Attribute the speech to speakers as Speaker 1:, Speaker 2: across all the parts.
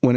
Speaker 1: When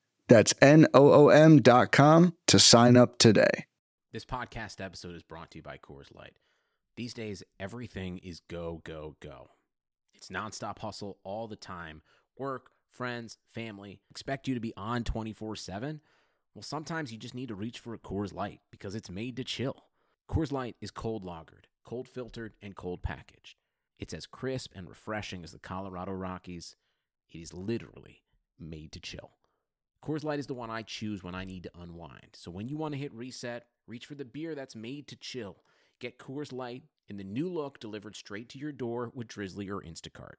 Speaker 1: That's N O O M.com to sign up today.
Speaker 2: This podcast episode is brought to you by Coors Light. These days, everything is go, go, go. It's nonstop hustle all the time. Work, friends, family expect you to be on 24 7. Well, sometimes you just need to reach for a Coors Light because it's made to chill. Coors Light is cold lagered, cold filtered, and cold packaged. It's as crisp and refreshing as the Colorado Rockies. It is literally made to chill. Coors Light is the one I choose when I need to unwind. So when you want to hit reset, reach for the beer that's made to chill. Get Coors Light in the new look delivered straight to your door with Drizzly or Instacart.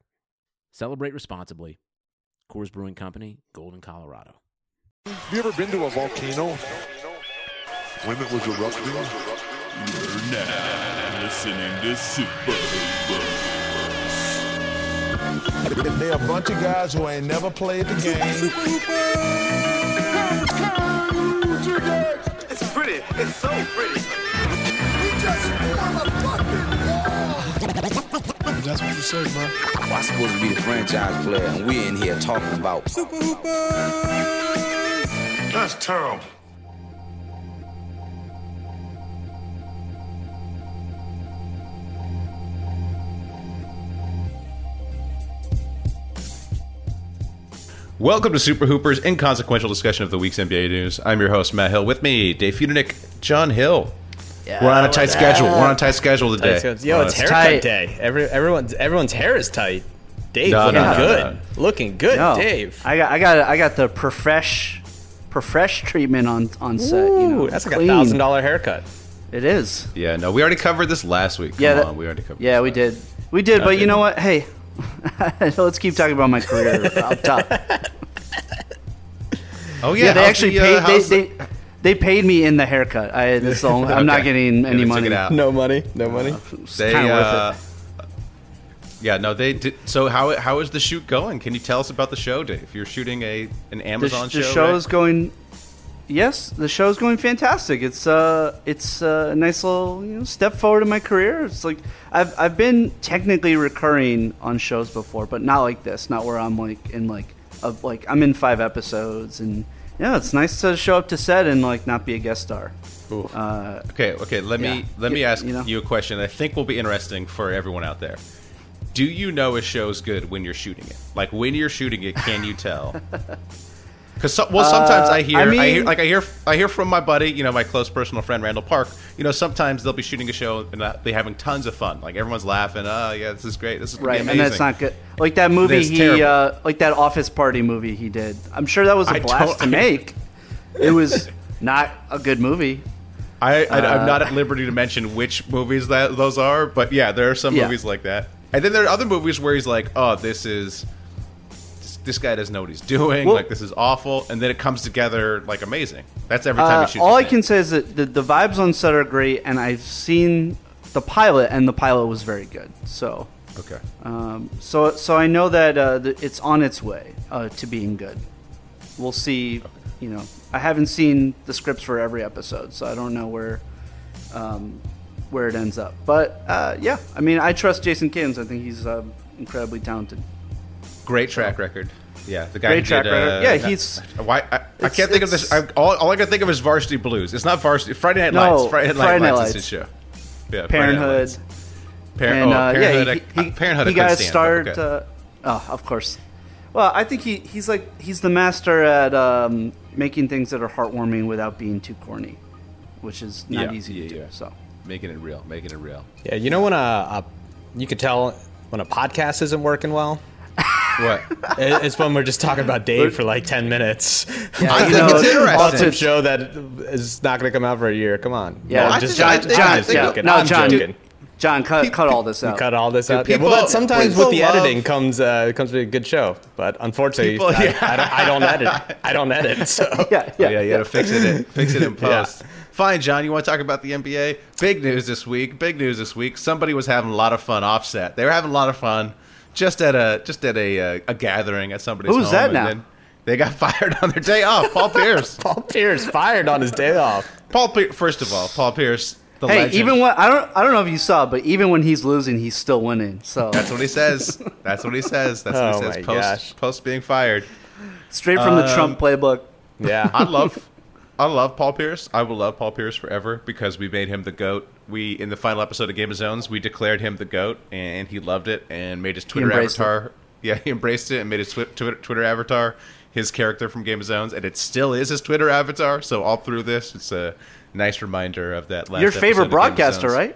Speaker 2: Celebrate responsibly. Coors Brewing Company, Golden, Colorado.
Speaker 3: Have you ever been to a volcano?
Speaker 4: When it was erupting?
Speaker 5: You're now listening to Super
Speaker 3: They a bunch of guys who ain't never played the game.
Speaker 6: It's pretty. It's so pretty.
Speaker 7: We just form a fucking wall.
Speaker 8: That's what you said, bro.
Speaker 9: Well, I'm supposed to be the franchise player, and we're in here talking about
Speaker 7: Super Hoopers.
Speaker 6: That's terrible.
Speaker 10: Welcome to Super Hoopers' inconsequential discussion of the week's NBA news. I'm your host Matt Hill. With me, Dave Fudenick, John Hill. Yeah, We're on a tight schedule. We're on a tight schedule today.
Speaker 11: Tight
Speaker 12: Oh,
Speaker 11: Yo, it's, it's haircut tight. day. Every, everyone's everyone's hair is tight. Dave no, looking no, good. No, looking good, Dave.
Speaker 12: I got I got I got the profresh profresh treatment on on set. Ooh, you know,
Speaker 11: that's like clean. a thousand dollar haircut.
Speaker 12: It is.
Speaker 10: Yeah, no, we already covered this last week. Come yeah, that, we already covered.
Speaker 12: Yeah, we did. We did, but you know what? Hey, let's keep talking about my career up top.
Speaker 10: Oh yeah, yeah
Speaker 12: they actually the, paid. Uh, they, the... they, they paid me in the haircut. I this only, I'm okay. not getting any money.
Speaker 11: No money. No money.
Speaker 10: They, uh, yeah, no, they did. So how how is the shoot going? Can you tell us about the show, Dave? You're shooting a an Amazon
Speaker 12: the, sh- the
Speaker 10: show.
Speaker 12: The show is right? going. Yes, the show is going fantastic. It's uh, it's a nice little you know, step forward in my career. It's like I've I've been technically recurring on shows before, but not like this. Not where I'm like in like a, like I'm in five episodes and yeah, it's nice to show up to set and like not be a guest star.
Speaker 10: Uh, okay, okay. Let me yeah. let me ask you, know? you, a question. I think will be interesting for everyone out there. Do you know a show's good when you're shooting it? Like when you're shooting it, can you tell? Because so, well, sometimes uh, I, hear, I, mean, I, hear, like I hear I hear from my buddy, you know, my close personal friend Randall Park. You know, sometimes they'll be shooting a show and they're having tons of fun. Like everyone's laughing. Oh yeah, this is great. This is
Speaker 12: right,
Speaker 10: amazing.
Speaker 12: and that's not good. Like that movie, he uh, like that office party movie he did. I'm sure that was a I blast to make. it was not a good movie.
Speaker 10: I, I am uh, not at liberty to mention which movies that those are, but yeah, there are some yeah. movies like that. And then there are other movies where he's like, "Oh, this is." this guy doesn't know what he's doing. Well, like this is awful, and then it comes together like amazing. That's every time uh, you shoot.
Speaker 12: All I can say is that the, the, vibes on set are great, and I've seen the pilot, and the pilot was very good. So
Speaker 10: okay,
Speaker 12: um, so so I know that uh, it's on its way uh, to being good. We'll see. Okay. You know, I haven't seen the scripts for every episode, so I don't know where. Um, where it ends up, but uh, yeah, I mean, I trust Jason Kins. I think he's um, incredibly talented.
Speaker 10: Great track record. Yeah, the guy.
Speaker 12: Great track
Speaker 10: did,
Speaker 12: record. Uh, yeah, he's.
Speaker 10: Why I, I can't think of this. I, all, all, I can think of is Varsity Blues. It's not Varsity. Friday Night no, Lights. Friday Night, Friday Night Lights, Lights. is his show.
Speaker 12: Yeah, Parenthood.
Speaker 10: Parent, and, uh, oh, Parenthood. Yeah, he, he, Parenthood.
Speaker 12: He,
Speaker 10: he
Speaker 12: got
Speaker 10: stand,
Speaker 12: start. Okay. Uh, oh, of course. Well, I think he, he's like he's the master at um, making things that are heartwarming without being too corny, which is not yeah, easy yeah, to do. So
Speaker 10: making it real, making it real.
Speaker 11: Yeah, you know when a, a you could tell when a podcast isn't working well.
Speaker 10: What?
Speaker 11: it's when we're just talking about Dave for like ten minutes.
Speaker 10: Yeah, I you think know, it's interesting.
Speaker 11: Awesome show that is not going to come out for a year. Come on.
Speaker 12: Yeah, no,
Speaker 11: just, John.
Speaker 12: John, John, yeah, no, John.
Speaker 11: Joking.
Speaker 12: John, cut, people, cut all this out.
Speaker 11: Cut all this out. People, yeah, well, that sometimes with the love, editing comes uh, comes with a good show, but unfortunately, people, I, yeah. I, don't, I, don't, edit. I don't edit. So
Speaker 12: yeah, yeah,
Speaker 10: oh, yeah, you gotta fix it. In, fix it in post. Fine, John. You want to talk about the NBA? Big news this week. Big news this week. Somebody was having a lot of fun. Offset. They were having a lot of fun just at a just at a uh, a, a gathering at somebody's.
Speaker 12: Who's
Speaker 10: home,
Speaker 12: that now?
Speaker 10: They got fired on their day off. Paul Pierce.
Speaker 11: Paul Pierce fired on his day off.
Speaker 10: Paul. Pier- First of all, Paul Pierce. The
Speaker 12: hey,
Speaker 10: legend.
Speaker 12: even when I don't I don't know if you saw, but even when he's losing, he's still winning. So
Speaker 10: that's what he says. That's what he says. That's what
Speaker 11: oh
Speaker 10: he says.
Speaker 11: Post
Speaker 10: gosh. post being fired.
Speaker 12: Straight from um, the Trump playbook.
Speaker 11: Yeah,
Speaker 10: I love. I love Paul Pierce. I will love Paul Pierce forever because we made him the goat. We in the final episode of Game of Zones, we declared him the goat, and he loved it and made his Twitter avatar. It. Yeah, he embraced it and made his Twitter, Twitter avatar his character from Game of Zones, and it still is his Twitter avatar. So all through this, it's a nice reminder of that.
Speaker 12: Your favorite broadcaster, right?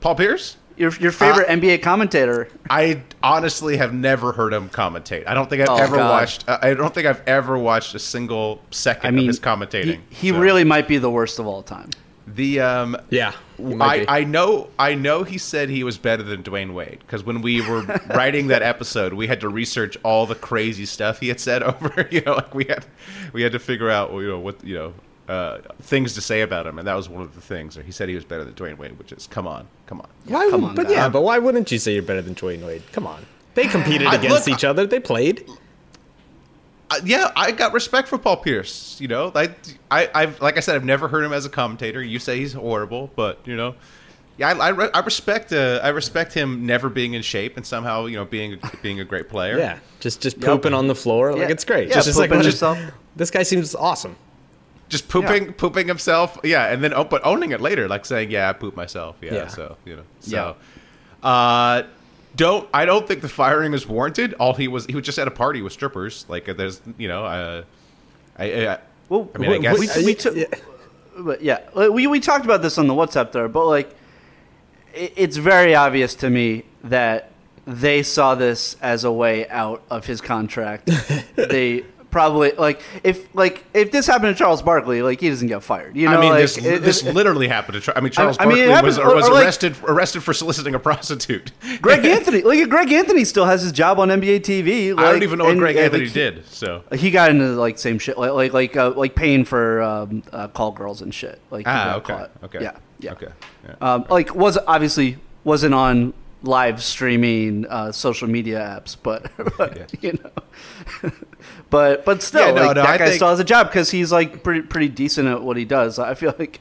Speaker 10: Paul Pierce.
Speaker 12: Your, your favorite uh, NBA commentator.
Speaker 10: I honestly have never heard him commentate. I don't think I've oh, ever God. watched. Uh, I don't think I've ever watched a single second I mean, of his commentating.
Speaker 12: He, he so. really might be the worst of all time.
Speaker 10: The um,
Speaker 11: yeah,
Speaker 10: I, I know I know he said he was better than Dwayne Wade because when we were writing that episode, we had to research all the crazy stuff he had said over. You know, like we had we had to figure out you know what you know uh, things to say about him, and that was one of the things. Or he said he was better than Dwayne Wade, which is come on, come on.
Speaker 11: Yeah, why? Come would, on but now. yeah, but why wouldn't you say you're better than Dwayne Wade? Come on, they competed I, against look, each other. They played.
Speaker 10: I, yeah, I got respect for Paul Pierce. You know, like I, I've like I said, I've never heard him as a commentator. You say he's horrible, but you know, yeah, I, I, re- I respect uh, I respect him never being in shape and somehow you know being being a great player.
Speaker 11: yeah, just just pooping yep. on the floor, like yeah. it's great. Yeah, just, just like just, this guy seems awesome
Speaker 10: just pooping yeah. pooping himself yeah and then oh, but owning it later like saying yeah i pooped myself yeah, yeah. so you know so yeah. uh don't i don't think the firing is warranted all he was he was just at a party with strippers like there's you know uh, i i, well, I mean i guess
Speaker 12: we, we, we took but yeah we we talked about this on the whatsapp there but like it, it's very obvious to me that they saw this as a way out of his contract they probably like if like if this happened to Charles Barkley, like he doesn't get fired. You know,
Speaker 10: I mean,
Speaker 12: like,
Speaker 10: this, it, this it, literally happened to. Tra- I mean, Charles I, Barkley I mean, was, or, was or arrested like, arrested for soliciting a prostitute.
Speaker 12: Greg Anthony, like Greg Anthony, still has his job on NBA TV. Like,
Speaker 10: I don't even know what and, Greg and, Anthony like, did. So
Speaker 12: he got into like same shit, like like like, uh, like paying for um, uh, call girls and shit. Like
Speaker 10: ah, okay, caught. okay,
Speaker 12: yeah, yeah,
Speaker 10: okay,
Speaker 12: yeah. Um, okay. like was obviously wasn't on live streaming uh, social media apps, but, but yeah. you know, but but still, yeah, no, like, no, that I guy think... still has a job because he's like pretty pretty decent at what he does. I feel like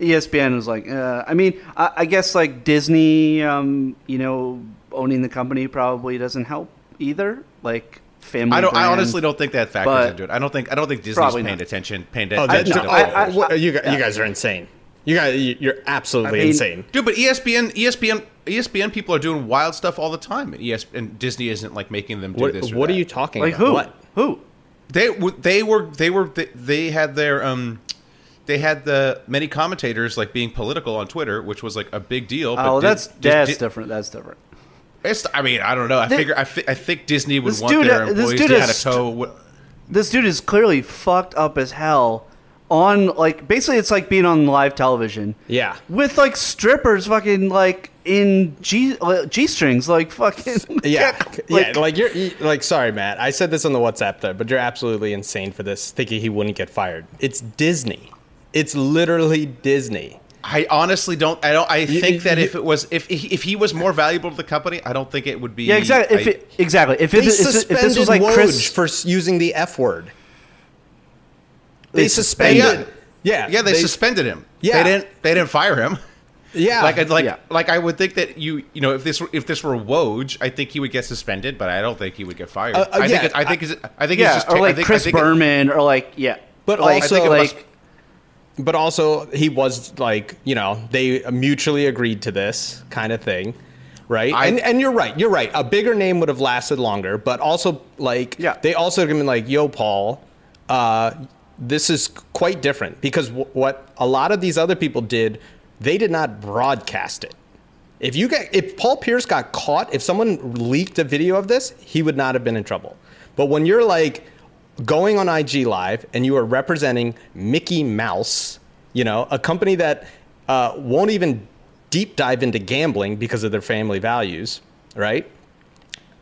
Speaker 12: E ESPN was like, uh, I mean, I, I, guess like Disney, um, you know, owning the company probably doesn't help either. Like. Family
Speaker 10: I don't.
Speaker 12: Brand,
Speaker 10: I honestly don't think that factors into it. I don't think. I don't think Disney's paying not. attention. Paying oh, attention.
Speaker 11: No, I, I, you, guys, yeah. you guys are insane. You guys, you're absolutely I mean, insane,
Speaker 10: dude. But E ESPN, ESPN, ESPN people are doing wild stuff all the time, and ES and Disney isn't like making them do
Speaker 11: what,
Speaker 10: this.
Speaker 11: what
Speaker 10: that.
Speaker 11: are you talking
Speaker 12: like
Speaker 11: about?
Speaker 12: Who? What? Who?
Speaker 10: They they were they were they, they had their um they had the many commentators like being political on Twitter, which was like a big deal.
Speaker 12: oh, that's Dis, that's Dis, different. That's different.
Speaker 10: It's, I mean, I don't know. I they, figure I, fi- I think Disney would want dude,
Speaker 12: uh,
Speaker 10: their employees to kind of toe. What,
Speaker 12: this dude is clearly fucked up as hell on like basically it's like being on live television.
Speaker 11: Yeah.
Speaker 12: With like strippers fucking like in G G strings like fucking
Speaker 11: yeah. Like, yeah, like you're like sorry Matt. I said this on the WhatsApp there, but you're absolutely insane for this thinking he wouldn't get fired. It's Disney. It's literally Disney.
Speaker 10: I honestly don't. I don't. I think you, that you, if it was, if if he was more valuable to the company, I don't think it would be.
Speaker 12: Yeah, exactly. I, if it, exactly. If, it, if, if this was like Woj Chris
Speaker 11: for using the F word, they suspended.
Speaker 10: They, yeah. yeah, yeah, they, they, suspended him. Yeah, they didn't. They didn't fire him.
Speaker 11: Yeah,
Speaker 10: like like
Speaker 11: yeah.
Speaker 10: like I would think that you you know if this were, if this were Woj, I think he would get suspended, but I don't think he would get fired. Uh, uh, I, yeah, think it, I, think I think I think
Speaker 12: yeah,
Speaker 10: it's just
Speaker 12: or like
Speaker 10: I think,
Speaker 12: Chris
Speaker 10: I think Oh,
Speaker 12: Berman it, or like yeah,
Speaker 11: but
Speaker 12: like,
Speaker 11: also like. Must, but also, he was like, you know, they mutually agreed to this kind of thing, right? I, and and you're right, you're right. A bigger name would have lasted longer, but also like, yeah. they also have been like, yo, Paul, uh, this is quite different because w- what a lot of these other people did, they did not broadcast it. If you got, if Paul Pierce got caught, if someone leaked a video of this, he would not have been in trouble. But when you're like going on IG Live and you are representing Mickey Mouse, you know, a company that uh, won't even deep dive into gambling because of their family values, right?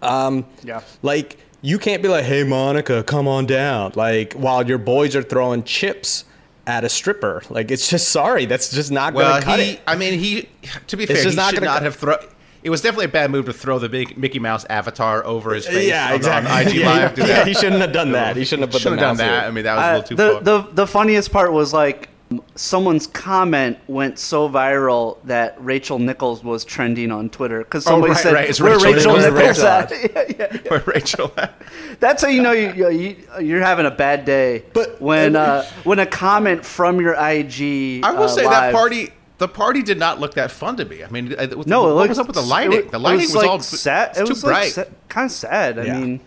Speaker 11: Um, yeah. Like, you can't be like, hey, Monica, come on down. Like, while your boys are throwing chips at a stripper. Like, it's just sorry. That's just not well, going to cut
Speaker 10: he,
Speaker 11: it.
Speaker 10: I mean, he, to be it's fair, just he not should not cut. have thrown. It was definitely a bad move to throw the big Mickey Mouse avatar over his face.
Speaker 11: Yeah,
Speaker 10: on,
Speaker 11: exactly.
Speaker 10: On IG
Speaker 11: yeah,
Speaker 10: Live.
Speaker 11: Yeah, yeah, he shouldn't have done that. He shouldn't have,
Speaker 10: shouldn't
Speaker 11: have
Speaker 10: done that.
Speaker 11: Here. I
Speaker 10: mean, that was uh, a little too
Speaker 12: the, far. The, the funniest part was like, someone's comment went so viral that Rachel Nichols was trending on Twitter because somebody
Speaker 10: oh, right,
Speaker 12: said,
Speaker 10: right. It's
Speaker 12: "Where Rachel,
Speaker 10: Rachel
Speaker 12: Nichols,
Speaker 10: Nichols
Speaker 12: at?" yeah, yeah,
Speaker 10: yeah. Rachel at?
Speaker 12: That's how you know you, you are having a bad day. But when uh, when a comment from your IG,
Speaker 10: I will
Speaker 12: uh,
Speaker 10: say
Speaker 12: live,
Speaker 10: that party. The party did not look that fun to me. I mean, no, the, what looked, was up with the lighting?
Speaker 12: It,
Speaker 10: the lighting
Speaker 12: was,
Speaker 10: was,
Speaker 12: like
Speaker 10: all
Speaker 12: sad.
Speaker 10: It
Speaker 12: was
Speaker 10: too
Speaker 12: like
Speaker 10: bright.
Speaker 12: Sa- kind of sad. I mean.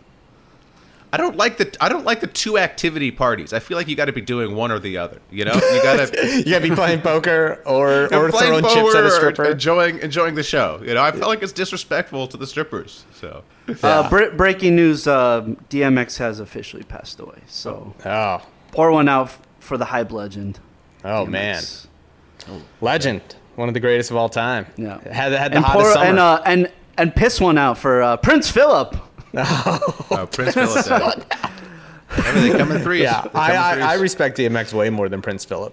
Speaker 10: I don't like the I don't like the two activity parties. I feel like you got to be doing one or the other. You know, you got
Speaker 11: to you got to be playing poker or or throwing chips at a stripper,
Speaker 10: enjoying enjoying the show. You know, I feel like it's disrespectful to the strippers. So,
Speaker 12: yeah. uh, bre- breaking news: uh, DMX has officially passed away. So,
Speaker 11: oh,
Speaker 12: pour one out f- for the hype legend.
Speaker 11: Oh DMX. man, oh, legend, one of the greatest of all time.
Speaker 12: Yeah,
Speaker 11: had had the
Speaker 12: and
Speaker 11: hottest
Speaker 12: pour,
Speaker 11: summer.
Speaker 12: And, uh, and and piss one out for uh, Prince Philip.
Speaker 11: Oh,
Speaker 10: oh Prince Philip. Everything coming threes.
Speaker 11: Yeah,
Speaker 10: They come
Speaker 11: I,
Speaker 10: in
Speaker 11: I,
Speaker 10: threes.
Speaker 11: I respect DMX way more than Prince Philip.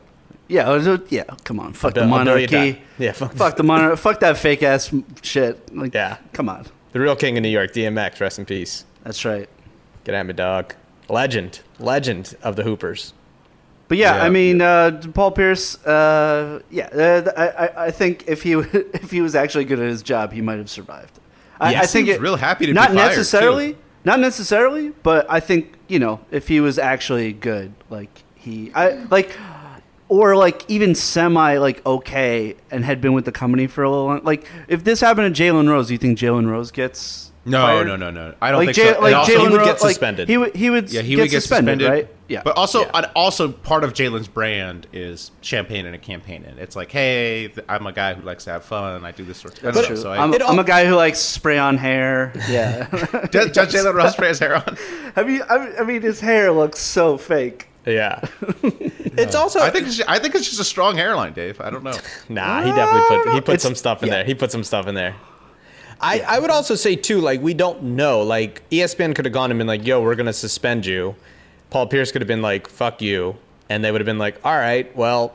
Speaker 12: Yeah, it was- yeah. Come on, fuck
Speaker 11: A
Speaker 12: the
Speaker 11: bi- a billion
Speaker 12: monarchy.
Speaker 11: times. Yeah, fuck-
Speaker 12: fuck, the monarchy. Fuck that fake ass shit. Like,
Speaker 11: Yeah.
Speaker 12: come on.
Speaker 11: The real king of New York, DMX, rest in peace.
Speaker 12: That's right.
Speaker 11: Get at me, dog. Legend, legend of the Hoopers.
Speaker 12: But yeah,
Speaker 11: Yeah.
Speaker 12: I mean, uh, Paul Pierce. Uh, yeah, uh, th- I, I- I think if he if he was actually good at his job, he might have survived. I,
Speaker 10: Yeah,
Speaker 12: I think
Speaker 10: seems
Speaker 12: it,
Speaker 10: real happy to be
Speaker 12: not
Speaker 10: fired,
Speaker 12: necessarily,
Speaker 10: too.
Speaker 12: not necessarily, but I think you know if he was actually good, like he, I like, or like even semi like okay, and had been with the company for a little long. Like if this happened to Jalen Rose, do you think Jalen Rose gets?
Speaker 10: No,
Speaker 12: fired?
Speaker 10: no, no, no. I don't
Speaker 12: like,
Speaker 10: think so.
Speaker 12: Ja-
Speaker 10: And
Speaker 12: Like
Speaker 10: also-
Speaker 12: Jalen
Speaker 10: He would
Speaker 12: Ro-
Speaker 10: get
Speaker 12: like,
Speaker 10: suspended.
Speaker 12: he would he would
Speaker 10: yeah, he
Speaker 12: get
Speaker 10: would get
Speaker 12: suspended,
Speaker 10: suspended,
Speaker 12: right? Yeah,
Speaker 10: But also, and also part of Jalen's brand is champagne and a campaign. And it's like, hey, th- I'm a guy who likes to have fun. and I do this sort of
Speaker 12: That's
Speaker 10: I don't
Speaker 12: true.
Speaker 10: know, so I-
Speaker 12: I'm, I'm a guy who likes spray on hair. Yeah.
Speaker 10: Does, does Jalen Rose spray his hair on?
Speaker 12: I mean, I, I mean, his hair looks so fake.
Speaker 11: Yeah. it's also.
Speaker 10: I think it's, I think it's just a strong hairline, Dave. I don't know.
Speaker 11: Nah, he definitely put he put
Speaker 12: It's-
Speaker 11: some stuff in
Speaker 12: yeah.
Speaker 11: there. He put some stuff in there. I, I would also say too, like we don't know. Like E ESPN could have gone and been like, "Yo, we're gonna suspend you." Paul Pierce could have been like, "Fuck you," and they would have been like, "All right, well,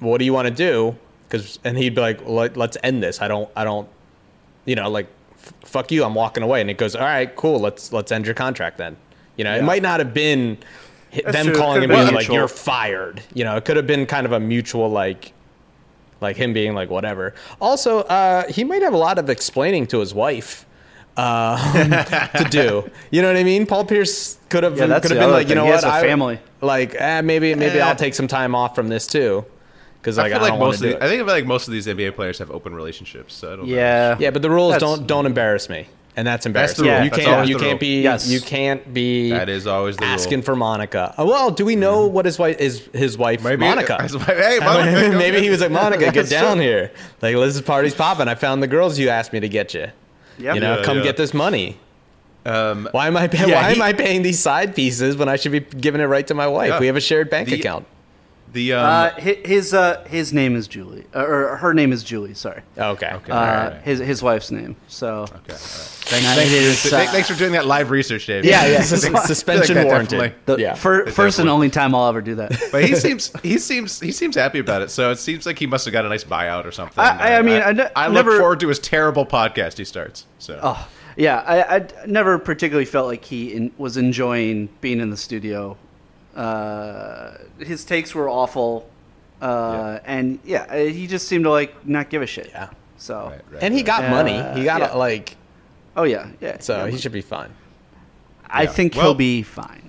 Speaker 11: what do you want to do?" Because and he'd be like, Let, "Let's end this. I don't, I don't, you know, like, f- fuck you. I'm walking away." And it goes, "All right, cool. Let's let's end your contract then." You know, it
Speaker 12: Yeah.
Speaker 11: might not have been hi-
Speaker 12: That's
Speaker 11: them
Speaker 12: true. It
Speaker 11: calling
Speaker 12: could
Speaker 11: him
Speaker 12: have
Speaker 11: in
Speaker 12: been
Speaker 11: like,
Speaker 12: mutual.
Speaker 11: "You're fired." You know, it could have been kind of a mutual like like him being like whatever. Also, uh, he might have a lot of explaining to his wife uh, to do. You know what I mean? Paul Pierce could have
Speaker 12: Yeah,
Speaker 11: could have
Speaker 12: that's the
Speaker 11: been
Speaker 12: other
Speaker 11: like, you
Speaker 12: thing.
Speaker 11: know
Speaker 12: He
Speaker 11: what,
Speaker 12: has a
Speaker 11: I-
Speaker 12: family.
Speaker 11: like eh, maybe maybe
Speaker 10: Eh.
Speaker 11: I'll take some time off from this too, because like I,
Speaker 10: I feel like
Speaker 11: don't want
Speaker 10: most
Speaker 11: to
Speaker 10: of
Speaker 11: do
Speaker 10: the,
Speaker 11: it.
Speaker 10: I think I feel like most of these NBA players have open relationships. So I don't know.
Speaker 12: Yeah.
Speaker 11: yeah, but the rules
Speaker 12: That's-
Speaker 11: don't don't embarrass me, and that's
Speaker 10: That's the
Speaker 11: embarrassing.
Speaker 10: rule.
Speaker 11: You
Speaker 10: That's
Speaker 11: can't
Speaker 10: always
Speaker 11: you
Speaker 10: the
Speaker 11: can't
Speaker 10: rule.
Speaker 11: be
Speaker 12: Yes.
Speaker 11: you can't be
Speaker 10: That is always the
Speaker 11: asking
Speaker 10: rule. Mm-hmm.
Speaker 11: for Monica. Uh, Well, do we know what his wife is? His wife Monica.
Speaker 10: That's why- hey, Monica, go
Speaker 11: maybe
Speaker 10: get
Speaker 11: he
Speaker 10: it.
Speaker 11: was like Monica, get
Speaker 12: That's
Speaker 11: down
Speaker 12: true.
Speaker 11: here. Like this party's popping. I found the girls you asked me to get you.
Speaker 12: Yep.
Speaker 11: You know,
Speaker 10: Yeah,
Speaker 11: come
Speaker 10: yeah.
Speaker 11: get this money.
Speaker 10: Um,
Speaker 11: Why am I pay-
Speaker 10: Yeah,
Speaker 11: why
Speaker 10: he-
Speaker 11: am I paying these side pieces when I should be giving it right to my wife?
Speaker 10: Yeah.
Speaker 11: We have a shared bank
Speaker 10: The-
Speaker 11: account.
Speaker 10: the um,
Speaker 12: Uh, hi- his uh, his name is Julie, or- or her name is Julie. Sorry.
Speaker 11: Okay.
Speaker 10: okay,
Speaker 12: Uh,
Speaker 10: all right, all right.
Speaker 12: His his wife's name. So.
Speaker 10: Okay, all right. Thanks,
Speaker 12: That
Speaker 10: thanks,
Speaker 12: is,
Speaker 10: for,
Speaker 12: uh,
Speaker 10: thanks for doing that live research, Dave.
Speaker 12: Yeah, yeah.
Speaker 11: Sus-
Speaker 12: I feel like
Speaker 11: suspension
Speaker 10: that
Speaker 11: warranted.
Speaker 10: definitely-
Speaker 12: The
Speaker 11: yeah.
Speaker 12: fir- first and
Speaker 10: definitely.
Speaker 12: only time I'll ever do that.
Speaker 10: But he seems he seems he seems happy about it. So it seems like he must have got a nice buyout or something.
Speaker 12: I- I mean, I ne-
Speaker 10: I look
Speaker 12: never-
Speaker 10: forward to his terrible podcast he starts. So
Speaker 12: Oh, yeah. I, I never particularly felt like he in, was enjoying being in the studio. Uh, his takes were awful, uh, and yeah, uh, he just seemed to like not give a shit.
Speaker 11: Yeah.
Speaker 12: So,
Speaker 10: Right, right,
Speaker 11: And he
Speaker 10: right.
Speaker 11: got
Speaker 12: Uh,
Speaker 11: money. He got
Speaker 12: yeah.
Speaker 11: a, like
Speaker 12: oh yeah, yeah.
Speaker 11: so
Speaker 12: yeah.
Speaker 11: he should be fine.
Speaker 12: I think
Speaker 10: Well-
Speaker 12: he'll be fine.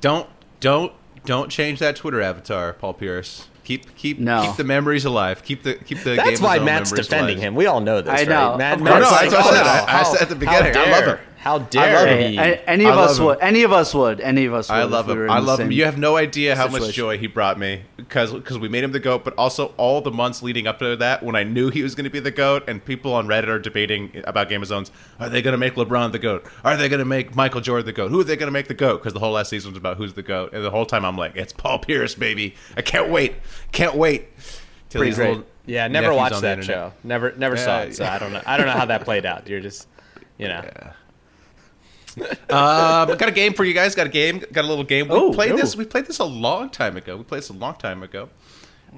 Speaker 10: don't don't don't change that Twitter avatar, Paul Pierce. Keep keep
Speaker 12: No.
Speaker 10: keep the memories alive. Keep the keep the. Game
Speaker 11: That's
Speaker 10: of
Speaker 11: why
Speaker 10: Zone
Speaker 11: Matt's
Speaker 10: memories
Speaker 11: defending
Speaker 10: alive.
Speaker 11: him. We all know this.
Speaker 12: I
Speaker 11: right?
Speaker 12: know.
Speaker 11: Matt,
Speaker 12: Of course.
Speaker 11: Matt's
Speaker 12: No,
Speaker 11: like,
Speaker 12: that's what I said.
Speaker 11: "Oh,
Speaker 10: I- I said at the beginning,
Speaker 11: How
Speaker 10: I
Speaker 11: dare,
Speaker 10: love her.
Speaker 11: How
Speaker 10: I love
Speaker 11: dare
Speaker 10: her.
Speaker 11: he?
Speaker 12: A- any
Speaker 10: I
Speaker 12: of us
Speaker 10: love him.
Speaker 12: would. Any of us would. Any of us. Would
Speaker 10: I
Speaker 12: if
Speaker 10: love
Speaker 12: we
Speaker 10: him.
Speaker 12: were in
Speaker 10: I
Speaker 12: the
Speaker 10: love him.
Speaker 12: same-
Speaker 10: You have no idea how much
Speaker 12: situation.
Speaker 10: joy he brought me because because we made him the goat, but also all the months leading up to that when I knew he was going to be the goat, and people on Reddit are debating about Game of Zones. Are they going to make LeBron the goat? Are they going to make Michael Jordan the goat? Who are they going to make the goat? Because the whole last season was about who's the goat, and the whole time I'm like, it's Paul Pierce, baby. I can't wait. Can't wait. Till
Speaker 12: Pretty
Speaker 10: these
Speaker 12: great.
Speaker 10: little
Speaker 11: Yeah, never Nephew's watched that show. Never, never yeah, saw it. Yeah. So I don't know. I don't know how that played out. You're just, you know. Yeah.
Speaker 10: uh, got a game for you guys. Got a game. Got a little game. We oh, played no. this. We played this a long time ago. We played this a long time ago.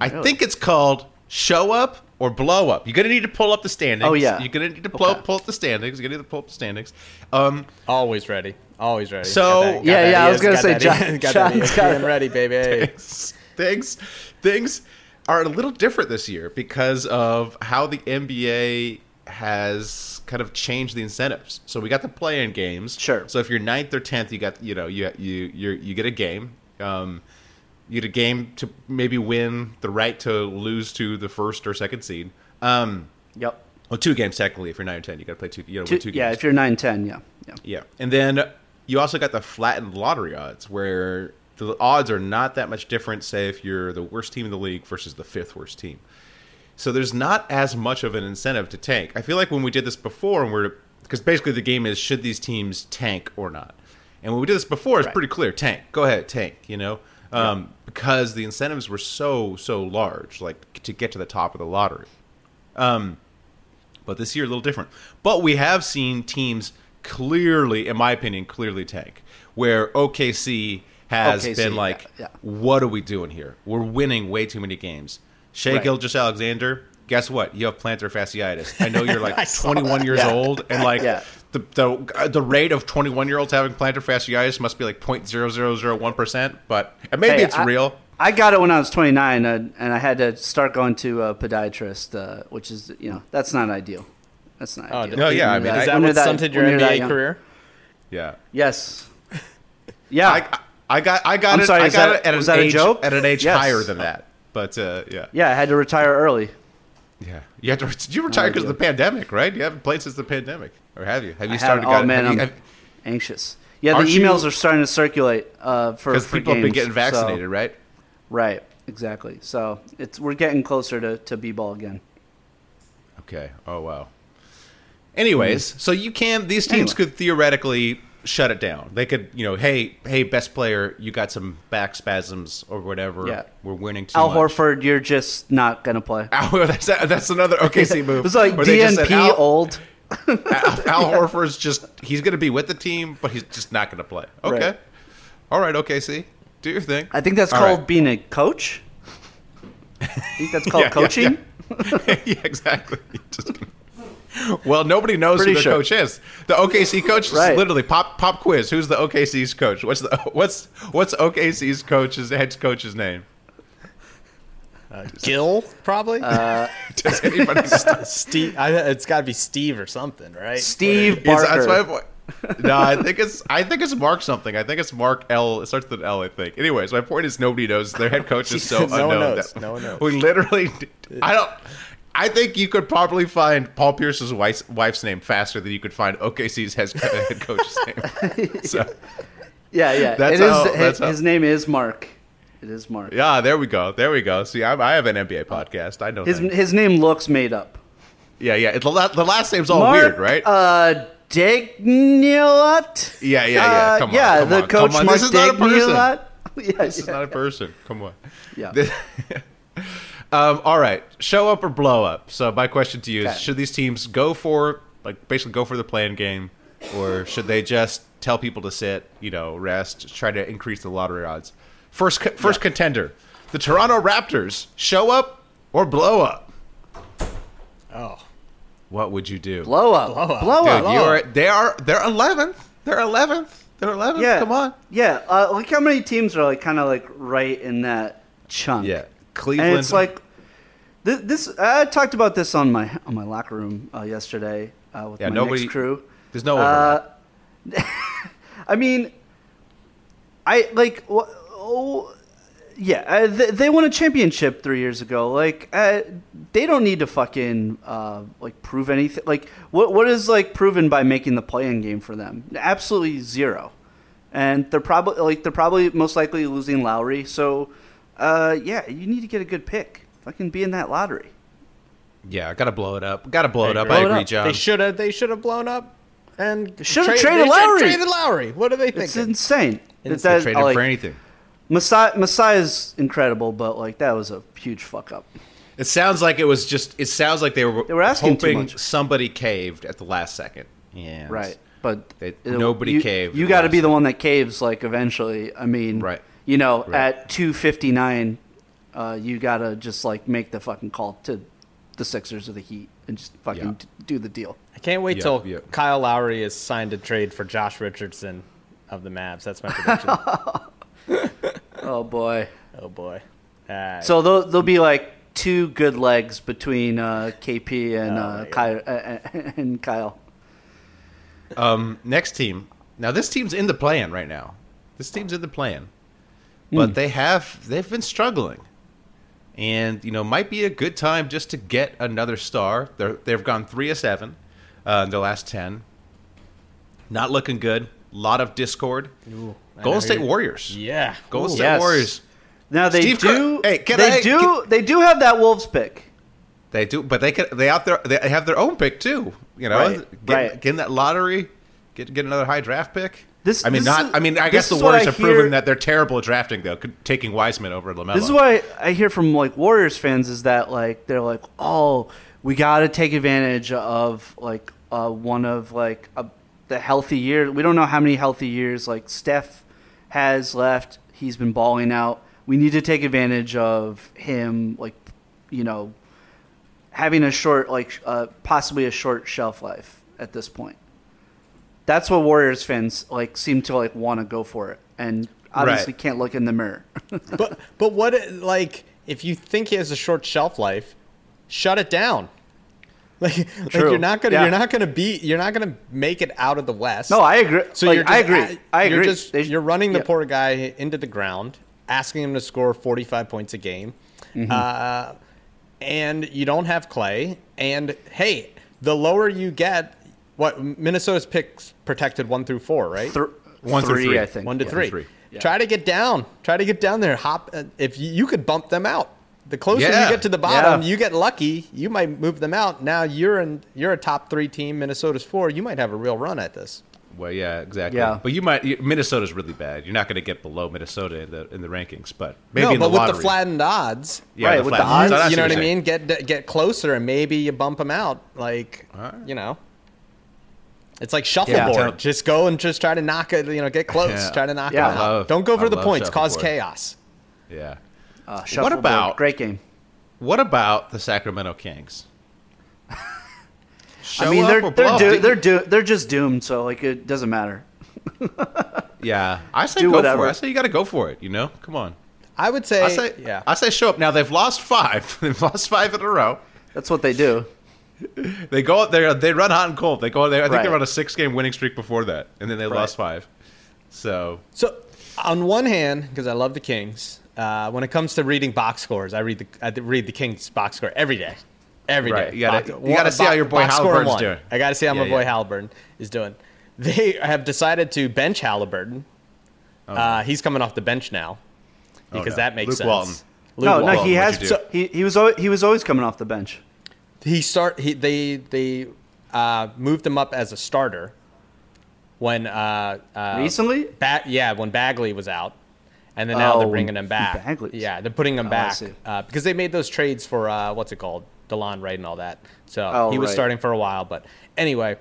Speaker 10: I really? think it's called Show Up or Blow Up. You're gonna need to pull up the standings.
Speaker 12: Oh yeah.
Speaker 10: You're gonna need to pull, okay. pull up the standings. You're gonna need to pull up the standings. Um,
Speaker 11: always ready. Always ready.
Speaker 10: So
Speaker 12: got that, got yeah, yeah. I was gonna say John,
Speaker 11: got John's got ready, baby.
Speaker 10: Things, things, things are a little different this year because of how the NBA has kind of changed the incentives. So we got the play-in games.
Speaker 12: Sure.
Speaker 10: So if you're ninth or tenth, you got you know you you you you get a game. Um, you get a game to maybe win the right to lose to the first or second seed. Um,
Speaker 12: yep.
Speaker 10: Well, two games technically. If you're nine or ten, you got to play two. You know, two, two games.
Speaker 12: Yeah, if you're nine ten, yeah,
Speaker 10: yeah. Yeah, and then you also got the flattened lottery odds where the odds are not that much different. Say if you're the worst team in the league versus the fifth worst team. So there's not as much of an incentive to tank. I feel like when we did this before, and we're because basically the game is should these teams tank or not. And when we did this before, it's right. pretty clear: tank, go ahead, tank. You know, um, yeah. because the incentives were so so large, like to get to the top of the lottery. Um, but this year a little different. But we have seen teams clearly, in my opinion, clearly tank. Where OKC has OKC, been like, yeah, yeah. what are we doing here? We're winning way too many games. Shea right. Gilgis Alexander, guess what? You have plantar fasciitis. I know you're like 21 years yeah. old, and like yeah. the, the the rate of 21 year olds having plantar fasciitis must be like 0.0001 percent. But maybe hey, it's
Speaker 12: I,
Speaker 10: real.
Speaker 12: I got it when I was 29, and, and I had to start going to a podiatrist, uh, which is you know that's not ideal. That's not. Oh, ideal.
Speaker 10: no, yeah. I mean,
Speaker 11: that, is that what that, stunted your NBA career?
Speaker 10: Yeah.
Speaker 12: Yes. Yeah.
Speaker 10: I, I got I got I'm it. Sorry, I got that, it at an, age, at an age yes. higher than that. But uh, yeah,
Speaker 12: yeah, I had to retire early.
Speaker 10: Yeah, you had to. Did you retire because of the pandemic, right? You haven't played since the pandemic, or have you? Have you I started?
Speaker 12: Haven't. Oh man, I'm you, anxious. Yeah, the emails you, are starting to circulate uh, for
Speaker 10: because people
Speaker 12: games,
Speaker 10: have been getting vaccinated, so. right?
Speaker 12: Right, exactly. So it's we're getting closer to to b-ball again.
Speaker 10: Okay. Oh wow. Anyways,
Speaker 12: Hmm.
Speaker 10: mm-hmm. so you can these teams anyway. could theoretically shut it down. They could, you know, hey, hey, best player, you got some back spasms or whatever. Yeah. We're winning too
Speaker 12: Al
Speaker 10: much.
Speaker 12: Horford, you're just not going to play.
Speaker 10: Al, that's, that's another OKC move.
Speaker 12: it's like DNP said, old.
Speaker 10: Al, Al yeah. Horford's just, he's going to be with the team, but he's just not going to play. Okay. Right. All right, OKC. Do your thing.
Speaker 12: I think that's All called right. being a coach. I think that's called yeah, coaching.
Speaker 10: Yeah, yeah. exactly. Just, well, nobody knows Pretty who the sure. coach is. The OKC coach right. is literally pop pop quiz. Who's the OKC's coach? What's the what's what's OKC's coach's head coach's name?
Speaker 11: Uh, Gil, probably.
Speaker 12: Uh,
Speaker 10: Does anybody
Speaker 11: Steve? I, it's got to be Steve or something, right?
Speaker 12: Steve Barker. It's, that's
Speaker 10: my point. no, I think it's I think it's Mark something. I think it's Mark L. It starts with L. I think. Anyways, my point is nobody knows their head coach is so
Speaker 11: no
Speaker 10: unknown.
Speaker 11: One knows. That no one knows.
Speaker 10: We literally, I don't. I think you could probably find Paul Pierce's wife's, wife's name faster than you could find OKC's head, head coach's name. So,
Speaker 12: yeah, yeah. That's, how, is, that's his, how, his, name is Mark. It is Mark.
Speaker 10: Yeah, there we go. There we go. See, I, I have an NBA podcast. I know
Speaker 12: his
Speaker 10: things.
Speaker 12: his name looks made up.
Speaker 10: Yeah, yeah. It, the, the last name's all Mark, Oh, weird, right?
Speaker 12: Uh, Dagnilot.
Speaker 10: Yeah, yeah, yeah. Come on,
Speaker 12: uh, yeah.
Speaker 10: Come
Speaker 12: the
Speaker 10: on,
Speaker 12: coach
Speaker 10: on.
Speaker 12: Mark
Speaker 10: this is not a person.
Speaker 12: Yeah,
Speaker 10: this is
Speaker 12: yeah,
Speaker 10: not a person. Come on.
Speaker 12: Yeah.
Speaker 10: This, Um, all right, show up or blow up. So my question to you is: okay. Should these teams go for like basically go for the playing game, or should they just tell people to sit, you know, rest, try to increase the lottery odds? First, co- first yeah. contender, the Toronto Raptors. Show up or blow up.
Speaker 11: Oh,
Speaker 10: what would you do?
Speaker 12: Blow up, blow up, blow
Speaker 10: Dude,
Speaker 12: up. Blow
Speaker 10: are, they are they're eleventh. They're eleventh. They're eleventh.
Speaker 12: Yeah.
Speaker 10: Come on.
Speaker 12: Yeah. Uh, look how many teams are like kind of like right in that chunk.
Speaker 10: Yeah. Cleveland. And
Speaker 12: it's like this, I talked about this on my on my locker room uh, yesterday uh, with yeah, my nobody, crew.
Speaker 10: There's no. Uh,
Speaker 12: I mean, I like. Oh, yeah, I, they, they, won a championship three years ago. Like, I, they don't need to fucking uh, like prove anything. Like, what what is like proven by making the playing game for them? Absolutely zero. And they're probably like they're probably most likely losing Lowry. So, uh, yeah, you need to get a good pick fucking be in that lottery.
Speaker 10: Yeah, I gotta blow it up. Gotta blow they it up. Blow I agree, up. John.
Speaker 11: They should have. They should have blown up and
Speaker 12: should have traded Lowry.
Speaker 11: Traded Lowry. What are they thinking?
Speaker 12: It's insane.
Speaker 10: It's that, trade like, for anything.
Speaker 12: Masai, Masai is incredible, but like that was a huge fuck up.
Speaker 10: It sounds like it was just. It sounds like they were,
Speaker 12: They were asking too
Speaker 10: hoping
Speaker 12: much.
Speaker 10: somebody caved at the last second. Yeah,
Speaker 12: Right. But
Speaker 10: they,
Speaker 12: It'll-
Speaker 10: nobody
Speaker 12: you,
Speaker 10: caved.
Speaker 12: You
Speaker 10: at
Speaker 12: got to
Speaker 10: last
Speaker 12: be the one that caves. Like eventually, I mean, right? You know, at two fifty nine, uh, you got to just like make the fucking call to the Sixers or the Heat and just fucking d- do the deal.
Speaker 11: I can't wait
Speaker 12: Yeah,
Speaker 11: till
Speaker 12: yeah.
Speaker 11: Kyle Lowry is signed to trade for Josh Richardson of the Mavs. That's my prediction.
Speaker 12: oh boy.
Speaker 11: Oh boy. All right.
Speaker 12: So there'll, there'll be like two good legs between uh, KP
Speaker 10: Oh,
Speaker 12: and uh, Kyle uh, and Kyle.
Speaker 10: second. Um, next team. Now this team's in the plan right now. This team's in the plan,
Speaker 12: Hmm.
Speaker 10: but they have they've been struggling, and you know might be a good time just to get another star. They're, they've gone three of seven uh, in the last ten. Not looking good. lot of discord.
Speaker 11: I know
Speaker 10: Golden State
Speaker 11: you-
Speaker 10: Warriors.
Speaker 11: Yeah.
Speaker 10: Golden
Speaker 11: Ooh.
Speaker 10: State
Speaker 11: Yes.
Speaker 10: Warriors.
Speaker 12: Now they
Speaker 10: Steve Kerr-
Speaker 12: do.
Speaker 10: Hey, can
Speaker 12: they
Speaker 10: I-
Speaker 12: do.
Speaker 10: can-
Speaker 12: they do have that Wolves pick.
Speaker 10: They do, but they can, they out there they have their own pick too. You know,
Speaker 12: Right,
Speaker 10: get,
Speaker 12: right.
Speaker 10: get in that lottery, get get another high draft pick.
Speaker 12: This-
Speaker 10: I mean,
Speaker 12: this
Speaker 10: not.
Speaker 12: is-
Speaker 10: I mean, I
Speaker 12: this
Speaker 10: guess the
Speaker 12: is what
Speaker 10: Warriors
Speaker 12: I
Speaker 10: have proven
Speaker 12: hear-
Speaker 10: that they're terrible at drafting though, c- taking Wiseman over Lamelo.
Speaker 12: This is why I hear from like Warriors fans is that like they're like, oh, we got to take advantage of like uh, one of like a, the healthy year. We don't know how many healthy years like Steph has left. He's been balling out. We need to take advantage of him, like you know, having a short like sh- uh, possibly a short shelf life at this point. That's what Warriors fans like seem to like want to go for it, and obviously
Speaker 11: Right.
Speaker 12: can't look in the mirror.
Speaker 11: but but what like if you think he has a short shelf life, shut it down. Like, like
Speaker 12: True.
Speaker 11: you're not gonna
Speaker 12: Yeah.
Speaker 11: you're not gonna be you're not gonna make it out of the West.
Speaker 12: No, I agree.
Speaker 11: So
Speaker 12: Like,
Speaker 11: you're
Speaker 12: I
Speaker 11: just-
Speaker 12: agree. I
Speaker 11: you're
Speaker 12: agree.
Speaker 11: Just, you're running the
Speaker 12: yeah.
Speaker 11: poor guy into the ground, asking him to score 45 points a game,
Speaker 12: Mm-hmm.
Speaker 11: uh, and you don't have Clay. And hey, the lower you get, what Minnesota's picks protected one through four, right?
Speaker 12: Thr- One through three, three. I think.
Speaker 11: One to
Speaker 12: Yeah.
Speaker 11: three.
Speaker 12: Three. Yeah.
Speaker 11: Try to get down. Try to get down there. Hop. uh, If you, you could bump them out. The closer
Speaker 10: Yeah.
Speaker 11: you get to the bottom,
Speaker 10: Yeah.
Speaker 11: you get lucky. You might move them out. Now you're in. You're a top three team. Minnesota's four. You might have a real run at this.
Speaker 10: Well, yeah, exactly.
Speaker 11: Yeah.
Speaker 10: but you might. You, Minnesota's really bad. You're not going to get below Minnesota in the in the rankings, but maybe
Speaker 11: no,
Speaker 10: in the
Speaker 11: but with
Speaker 10: lottery.
Speaker 11: the flattened odds,
Speaker 10: Yeah, Right, the with the flattened odds.
Speaker 11: you,
Speaker 10: odds.
Speaker 11: know
Speaker 10: I
Speaker 11: what I
Speaker 10: see what
Speaker 11: mean? Get get closer, and maybe you bump them out. Like you know, it's like shuffleboard.
Speaker 10: Yeah.
Speaker 11: Just go and just try to knock it. You know, get close.
Speaker 10: Yeah.
Speaker 11: Try to knock
Speaker 10: Yeah.
Speaker 11: it
Speaker 10: I
Speaker 11: out.
Speaker 10: love-
Speaker 11: Don't go for
Speaker 10: I
Speaker 11: the
Speaker 10: love
Speaker 11: points. Cause
Speaker 10: shuffleboard.
Speaker 11: chaos.
Speaker 10: yeah.
Speaker 12: Uh,
Speaker 10: what
Speaker 12: shuffleboard.
Speaker 10: about
Speaker 12: great game?
Speaker 10: What about the Sacramento Kings? Show
Speaker 12: I mean,
Speaker 10: up
Speaker 12: they're
Speaker 10: or
Speaker 12: they're
Speaker 10: blow.
Speaker 12: do,
Speaker 10: Did-
Speaker 12: they're do, they're just doomed. So like it doesn't matter.
Speaker 10: Yeah, I say
Speaker 12: Do
Speaker 10: go
Speaker 12: whatever.
Speaker 10: for it. I say you got to go for it. You know, come on.
Speaker 11: I would say,
Speaker 10: I say,
Speaker 11: yeah.
Speaker 10: I say show up. Now they've lost five. they've lost five in a row.
Speaker 12: That's what they do.
Speaker 10: They go out there. They run hot and cold. They go out there. I think they
Speaker 11: Right.
Speaker 10: were on a six-game winning streak before that, and then they lost five. So
Speaker 11: So, on one hand, because I love the Kings, uh, when it comes to reading box scores, I read the I read the Kings box score every day, every day.
Speaker 10: Right. You gotta-
Speaker 11: Box-
Speaker 10: you gotta see how your boy
Speaker 11: box score
Speaker 10: Halliburton's
Speaker 11: one.
Speaker 10: doing.
Speaker 11: I got to see how my
Speaker 10: Yeah,
Speaker 11: boy
Speaker 10: yeah.
Speaker 11: Halliburton is doing. They have decided to bench Halliburton. Uh, he's coming off the bench now
Speaker 10: Oh,
Speaker 11: because
Speaker 10: no.
Speaker 11: that makes
Speaker 10: Oh, Luke
Speaker 11: sense.
Speaker 10: Walton.
Speaker 11: Luke
Speaker 12: no, no,
Speaker 11: Walton.
Speaker 12: he has.
Speaker 11: So-
Speaker 12: he, he was always, he was always coming off the bench.
Speaker 11: he start he they they uh, moved him up as a starter when uh,
Speaker 12: Oh.
Speaker 11: uh,
Speaker 12: Recently?
Speaker 11: Ba- yeah, when Bagley was out, and then now they're
Speaker 12: Oh,
Speaker 11: bringing him back.
Speaker 12: Bagley's-
Speaker 11: Yeah, they're putting him
Speaker 12: Oh, I
Speaker 11: back
Speaker 12: see.
Speaker 11: uh, because they made those trades for uh, what's it called, Delon Wright and all that. So
Speaker 12: Oh,
Speaker 11: he was
Speaker 12: right.
Speaker 11: starting for a while, but anyway,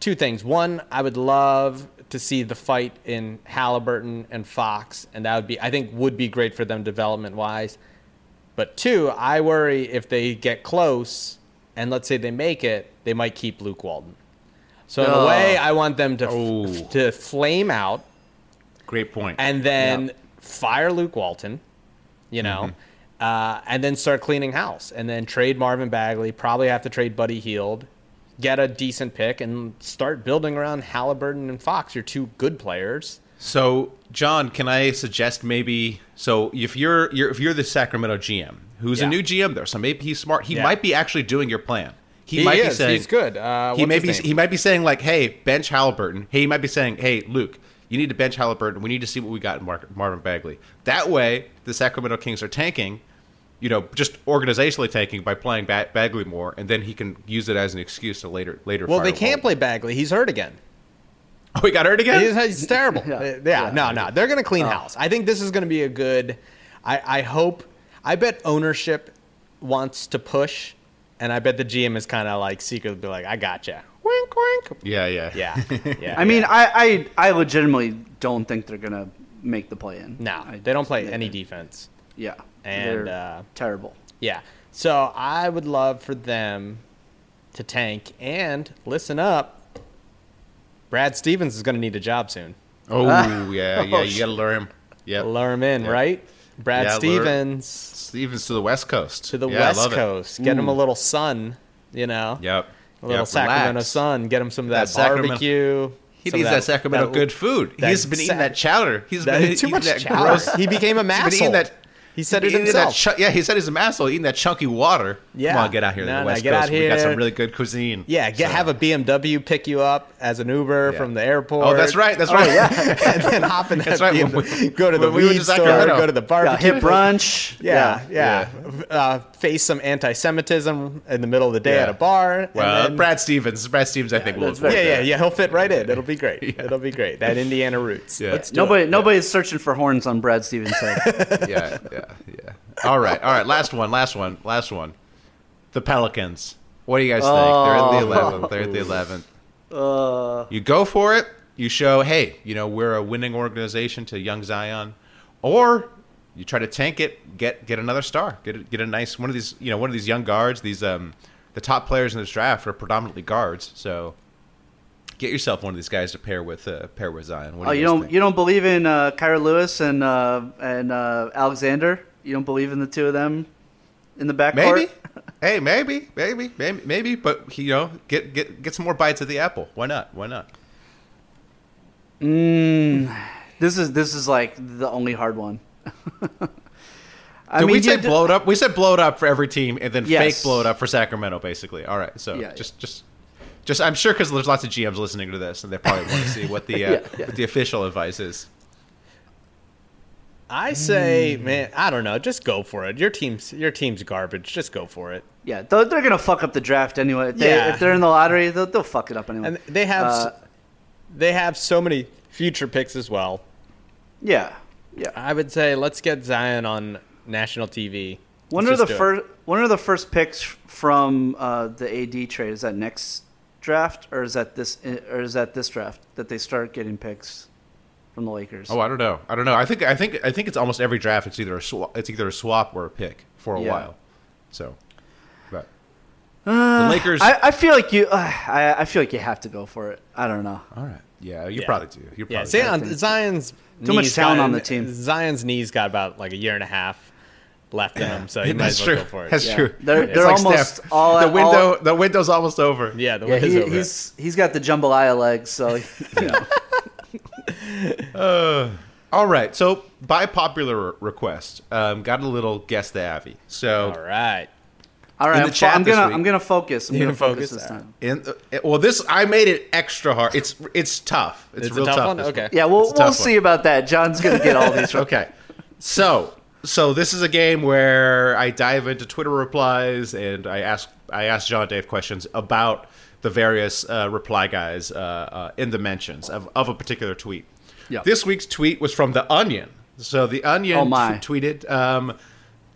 Speaker 11: two things. One, I would love to see the fight in Halliburton and Fox, and that would be I think would be great for them development wise. But two, I worry if they get close and let's say they make it, they might keep Luke Walton. So in a
Speaker 10: Oh.
Speaker 11: way, I want them to f- to flame out
Speaker 10: great point.
Speaker 11: and then fire Luke Walton, you know,
Speaker 10: Mm-hmm.
Speaker 11: uh, and then start cleaning house and then trade Marvin Bagley. Probably have to trade Buddy Heald, get a decent pick, and start building around Halliburton and Fox. Your two good players.
Speaker 10: So, John, can I suggest maybe? So, if you're, you're if you're the Sacramento GM, who's
Speaker 11: Yeah.
Speaker 10: a new GM there, so maybe he's smart. He
Speaker 11: Yeah.
Speaker 10: might be actually doing your plan. He,
Speaker 11: He
Speaker 10: might be
Speaker 11: is.
Speaker 10: saying
Speaker 11: He's good. Uh,
Speaker 10: he
Speaker 11: what's
Speaker 10: may
Speaker 11: his
Speaker 10: be
Speaker 11: name?
Speaker 10: he might be saying like, "Hey, bench Halliburton." Hey, he might be saying, "Hey, Luke, you need to bench Halliburton. We need to see what we got in Mar- Marvin Bagley." That way, the Sacramento Kings are tanking. You know, just organizationally tanking by playing ba- Bagley more, and then he can use it as an excuse to later later.
Speaker 11: Well,
Speaker 10: fire
Speaker 11: they can't play Bagley. He's hurt again.
Speaker 10: Walton. Oh, he got hurt again.
Speaker 11: He's, he's terrible. yeah, yeah, no, no. They're going to clean
Speaker 10: Oh.
Speaker 11: house. I think this is going to be a good. I, I hope. I bet ownership wants to push, and I bet the GM is kind of like secretly be like, "I gotcha." Wink, wink.
Speaker 10: Yeah, yeah,
Speaker 11: yeah. yeah
Speaker 12: I mean, I, I I legitimately don't think they're gonna make the play in.
Speaker 11: No, they don't play any defense.
Speaker 12: Yeah,
Speaker 11: and uh,
Speaker 12: terrible.
Speaker 11: Yeah, so I would love for them to tank and listen up. Brad Stevens is going to need a job soon.
Speaker 10: Oh uh, yeah, yeah, you got to lure him. Yeah,
Speaker 11: lure him in,
Speaker 10: yeah.
Speaker 11: right? Brad
Speaker 10: Yeah,
Speaker 11: Stevens
Speaker 10: Stevens to the West Coast.
Speaker 11: to the
Speaker 10: Yeah, I
Speaker 11: West
Speaker 10: love it.
Speaker 11: Coast. Get him a little sun, you know.
Speaker 10: Yep.
Speaker 11: A little
Speaker 10: Yep,
Speaker 11: Sacramento
Speaker 10: relax.
Speaker 11: sun. Get him some of that,
Speaker 10: That Sacramento-
Speaker 11: barbecue.
Speaker 10: He
Speaker 11: some of
Speaker 10: needs that, Sacramento
Speaker 11: that-
Speaker 10: good food.
Speaker 11: that
Speaker 10: He's been eating
Speaker 11: sac-
Speaker 10: that chowder. He's
Speaker 11: that-
Speaker 10: been
Speaker 11: too
Speaker 10: eating
Speaker 11: much
Speaker 10: that
Speaker 11: chowder.
Speaker 10: gross.
Speaker 11: He became a
Speaker 10: He's been eating
Speaker 11: masshole.
Speaker 10: that-
Speaker 11: He said it
Speaker 10: he's been eating that
Speaker 11: himself.
Speaker 10: chu- yeah, he said he's a masshole eating that chunky water.
Speaker 11: Yeah.
Speaker 10: Come on, get out here to
Speaker 11: No,
Speaker 10: the
Speaker 11: no,
Speaker 10: West
Speaker 11: get out
Speaker 10: Coast. We got some
Speaker 11: here.
Speaker 10: really good cuisine.
Speaker 11: Yeah, get,
Speaker 10: So-
Speaker 11: have a BMW pick you up as an Uber
Speaker 10: Yeah.
Speaker 11: from the airport.
Speaker 10: Oh, that's right. That's
Speaker 11: Oh,
Speaker 10: right.
Speaker 11: yeah. and then hop in that
Speaker 10: That's right, when
Speaker 11: BMW.
Speaker 10: we-
Speaker 11: go to the
Speaker 10: when we were
Speaker 11: weed
Speaker 10: to
Speaker 11: store.
Speaker 10: Sacramento.
Speaker 11: Go to the
Speaker 12: Yeah,
Speaker 11: barbecue.
Speaker 12: hit brunch.
Speaker 11: Yeah, yeah. Uh, face some anti-Semitism in the middle of the day
Speaker 10: Yeah.
Speaker 11: at a bar.
Speaker 10: Well,
Speaker 11: and then-
Speaker 10: Brad Stevens. Brad Stevens, I think will.
Speaker 12: that's
Speaker 10: avoid
Speaker 11: yeah,
Speaker 10: that.
Speaker 11: yeah, yeah. He'll fit right in. It'll be great. It'll be great. That Indiana roots.
Speaker 10: Yeah.
Speaker 11: Let's do it.
Speaker 12: Nobody nobody's searching for horns on Brad Stevens' head.
Speaker 10: yeah, yeah, yeah. All right, all right. Last one, last one, last one. The Pelicans. What do you guys think?
Speaker 12: Oh.
Speaker 10: They're at the eleventh. They're at the eleventh.
Speaker 12: Uh.
Speaker 10: you go for it. You show, hey, you know, we're a winning organization to young Zion, or you try to tank it, get get another star, get a, get a nice one of these, you know, one of these young guards. These um, the top players in this draft are predominantly guards, so. Get yourself one of these guys to pair with uh, pair with Zion. What do
Speaker 12: oh, you
Speaker 10: guys
Speaker 12: don't
Speaker 10: think?
Speaker 12: you don't believe in uh, Kyra Lewis and uh, and uh, Alexander? You don't believe in the two of them in the backcourt?
Speaker 10: Maybe. hey, maybe, maybe, maybe, maybe. But you know, get get get some more bites at the apple. Why not? Why not?
Speaker 12: Mm, this is this is like the only hard one. I
Speaker 10: Did we
Speaker 12: you
Speaker 10: say
Speaker 12: d-
Speaker 10: blow it up? We said blow it up for every team, and then
Speaker 12: Yes.
Speaker 10: fake blow it up for Sacramento, basically. All right. So
Speaker 12: Yeah, yeah.
Speaker 10: just just just I'm sure because there's lots of GMs listening to this, and they probably want to see what the uh,
Speaker 12: Yeah, yeah.
Speaker 10: what the official advice is.
Speaker 11: I say,
Speaker 12: Hmm.
Speaker 11: man, I don't know. Just go for it. Your team's your team's garbage. Just go for it.
Speaker 12: Yeah, they're, they're gonna fuck up the draft anyway. If, they,
Speaker 11: Yeah.
Speaker 12: if they're in the lottery, they'll, they'll fuck it up anyway.
Speaker 11: And they have s
Speaker 12: Uh,
Speaker 11: they have so many future picks as well.
Speaker 12: yeah, yeah.
Speaker 11: I would say let's get Zion on national TV.
Speaker 12: When are
Speaker 11: Let's
Speaker 12: the
Speaker 11: just do it.
Speaker 12: first? When are the first picks from uh, the AD trade? Is that next draft, or is that this, uh, or is that this draft that they start getting picks from the Lakers?
Speaker 10: Oh, I don't know. I don't know. I think I think I think it's almost every draft. It's either a swa- it's either a swap or a pick for a
Speaker 12: Yeah.
Speaker 10: while. So, but the Lakers.
Speaker 12: Uh, I, I feel like you. Uh, I, I feel like you have to go for it. I don't know.
Speaker 10: all right. Yeah, you
Speaker 11: Yeah.
Speaker 10: probably do. You probably
Speaker 11: Yeah,
Speaker 10: do.
Speaker 11: Zion,
Speaker 12: think-
Speaker 11: Zion's
Speaker 12: Too much
Speaker 11: knees
Speaker 12: talent
Speaker 11: got-
Speaker 12: on the team.
Speaker 11: Zion's knees got about like a year and a half left in him, so he might
Speaker 10: That's
Speaker 11: as well
Speaker 10: true.
Speaker 11: go for it.
Speaker 10: That's
Speaker 12: Yeah.
Speaker 10: true.
Speaker 12: They're-
Speaker 10: It's
Speaker 12: they're
Speaker 10: like
Speaker 12: almost
Speaker 10: Steph.
Speaker 12: all-
Speaker 10: the window.
Speaker 12: all-
Speaker 10: the window's almost over.
Speaker 11: yeah, the
Speaker 12: Yeah,
Speaker 11: yeah,
Speaker 12: he,
Speaker 11: over.
Speaker 12: he's he's got the jambalaya legs, so you know.
Speaker 10: All right. So by popular re- request, um, got a little guess the Avi. So
Speaker 11: All right.
Speaker 12: All right,
Speaker 10: In the
Speaker 12: I'm, fo-
Speaker 10: chat
Speaker 12: I'm
Speaker 10: this
Speaker 12: gonna
Speaker 10: week.
Speaker 12: I'm gonna focus. I'm
Speaker 11: You're
Speaker 12: gonna
Speaker 11: gonna
Speaker 12: focus,
Speaker 11: focus?
Speaker 12: this time.
Speaker 10: in, uh, well, this I made it extra hard. It's it's tough. It's,
Speaker 11: It's a
Speaker 10: real
Speaker 11: tough one?
Speaker 10: this
Speaker 11: Okay.
Speaker 12: Yeah, we'll
Speaker 10: It's a
Speaker 12: we'll
Speaker 10: tough one.
Speaker 12: see about that. John's gonna get all these. Right.
Speaker 10: Okay. So so this is a game where I dive into Twitter replies and I ask I ask John Dave questions about the various uh, reply guys uh, uh, in the mentions of, of a particular tweet.
Speaker 12: Yeah.
Speaker 10: This week's tweet was from the Onion. So the Onion
Speaker 12: Oh, my.
Speaker 10: t- tweeted um,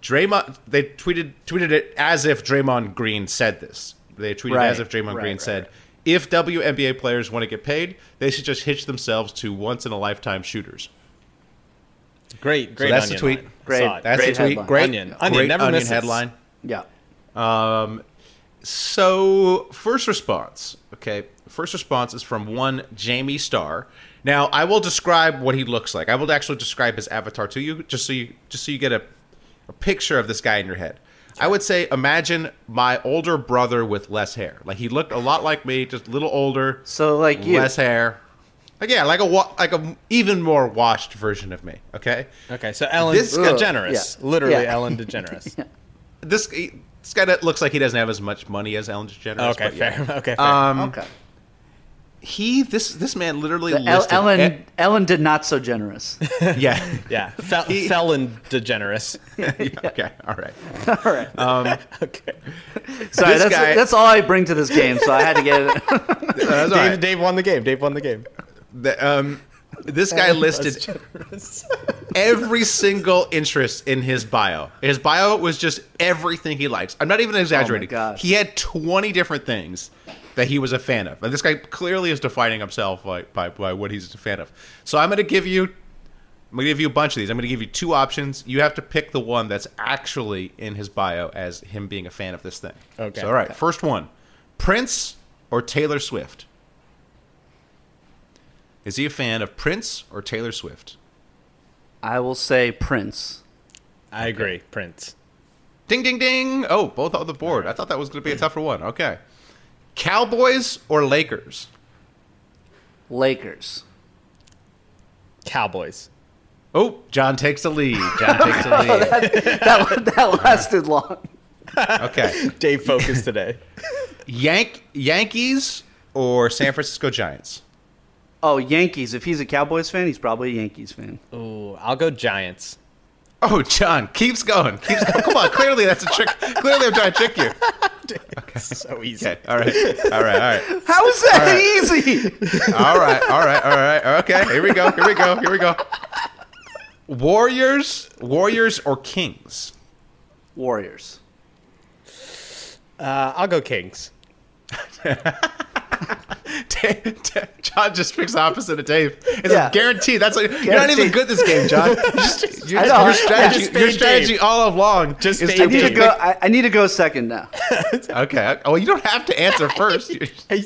Speaker 10: Draymond. They tweeted tweeted it as if Draymond Green said this. They tweeted
Speaker 12: Right,
Speaker 10: as if Draymond
Speaker 12: right,
Speaker 10: Green
Speaker 12: right,
Speaker 10: said, "If WNBA players want to get paid, they should just hitch themselves to once in a lifetime shooters."
Speaker 11: Great, great.
Speaker 10: that's the
Speaker 11: onion
Speaker 10: tweet.
Speaker 11: line. I
Speaker 12: Great.
Speaker 11: saw it.
Speaker 10: That's
Speaker 12: Great
Speaker 10: the tweet.
Speaker 12: headline.
Speaker 10: Great
Speaker 11: Onion. Onion
Speaker 10: great
Speaker 11: never
Speaker 10: onion
Speaker 11: misses.
Speaker 10: headline.
Speaker 12: Yeah.
Speaker 10: So first response, okay. First response is from one Jamie Starr. Now I will describe what he looks like. I will actually describe his avatar to you, just so you just so you get a, a picture of this guy in your head. I would say imagine my older brother with less hair. Like he looked a lot like me, just a little older,
Speaker 12: So like you.
Speaker 10: less hair. Like yeah, like a wa- like a even more washed version of me. Okay.
Speaker 11: Okay, so Ellen
Speaker 10: This-
Speaker 11: DeGeneres,
Speaker 12: Ugh, yeah.
Speaker 11: literally
Speaker 12: Yeah.
Speaker 11: Ellen DeGeneres.
Speaker 10: This this guy that looks like he doesn't have as much money as Ellen DeGeneres.
Speaker 11: Oh, Okay,
Speaker 10: but yeah.
Speaker 11: fair. Okay, fair.
Speaker 10: Um,
Speaker 12: Okay.
Speaker 10: he this this man literally
Speaker 12: The El-
Speaker 10: listed
Speaker 12: Ellen
Speaker 10: e-
Speaker 12: Ellen did not so generous.
Speaker 10: yeah.
Speaker 11: yeah, fel-
Speaker 10: he-
Speaker 11: felon DeGeneres.
Speaker 10: Yeah, Okay. All right. Um,
Speaker 12: all right.
Speaker 11: Okay,
Speaker 12: Sorry,
Speaker 10: this
Speaker 12: that's
Speaker 10: guy-
Speaker 12: that's all I bring to this game, so I had to get it.
Speaker 10: Uh, that's all
Speaker 11: Dave,
Speaker 10: right.
Speaker 11: Dave won the game. Dave won the game.
Speaker 10: The, um, this guy listed every single interest in his bio. His bio was just everything he likes. I'm not even exaggerating.
Speaker 12: Oh
Speaker 10: he had 20 different things that he was a fan of. And this guy clearly is defining himself by, by, by what he's a fan of. So I'm going to give you I'm going to give you a bunch of these. I'm going to give you two options. You have to pick the one that's actually in his bio as him being a fan of this thing.
Speaker 11: Okay.
Speaker 10: So all right,
Speaker 11: Okay.
Speaker 10: first one. Prince or Taylor Swift? Is he a fan of Prince or Taylor Swift?
Speaker 12: I will say Prince.
Speaker 11: I agree, Prince.
Speaker 10: Ding, ding, ding. Oh, both on the board. I thought that was going to be a tougher one. Okay. Cowboys or Lakers?
Speaker 12: Lakers.
Speaker 11: Cowboys.
Speaker 10: Oh, John takes the lead. John takes
Speaker 11: Oh,
Speaker 10: the lead.
Speaker 12: that, that lasted long.
Speaker 10: Okay.
Speaker 11: Dave focused today.
Speaker 10: Yank Yankees or San Francisco Giants?
Speaker 12: Oh, Yankees. If he's a Cowboys fan, he's probably a Yankees fan.
Speaker 11: Ooh, I'll go Giants.
Speaker 10: Oh, John keeps going. Keeps going. Come on. Clearly, that's a trick. Clearly, I'm trying to trick you.
Speaker 11: Okay. So easy.
Speaker 10: Okay. All right. All right. All right.
Speaker 12: How is that easy?
Speaker 10: All right. All right. All right. Okay. Here we go. Here we go. Here we go. Warriors, Warriors or Kings?
Speaker 12: Warriors.
Speaker 11: Uh, I'll go Kings.
Speaker 10: Dave, Dave- John just picks the opposite of Dave. It's
Speaker 12: Yeah.
Speaker 10: a guarantee. That's like, you're not even
Speaker 12: Guaranteed.
Speaker 10: good this game, John. You just- your,
Speaker 12: I know.
Speaker 10: your strategy,
Speaker 11: Just
Speaker 10: your
Speaker 11: fade
Speaker 10: strategy
Speaker 11: Dave.
Speaker 10: all along just is
Speaker 11: fade
Speaker 10: to
Speaker 12: I need to
Speaker 10: pick-
Speaker 12: go. I, I need to go second now.
Speaker 10: Okay. Well, you don't have to answer first. You-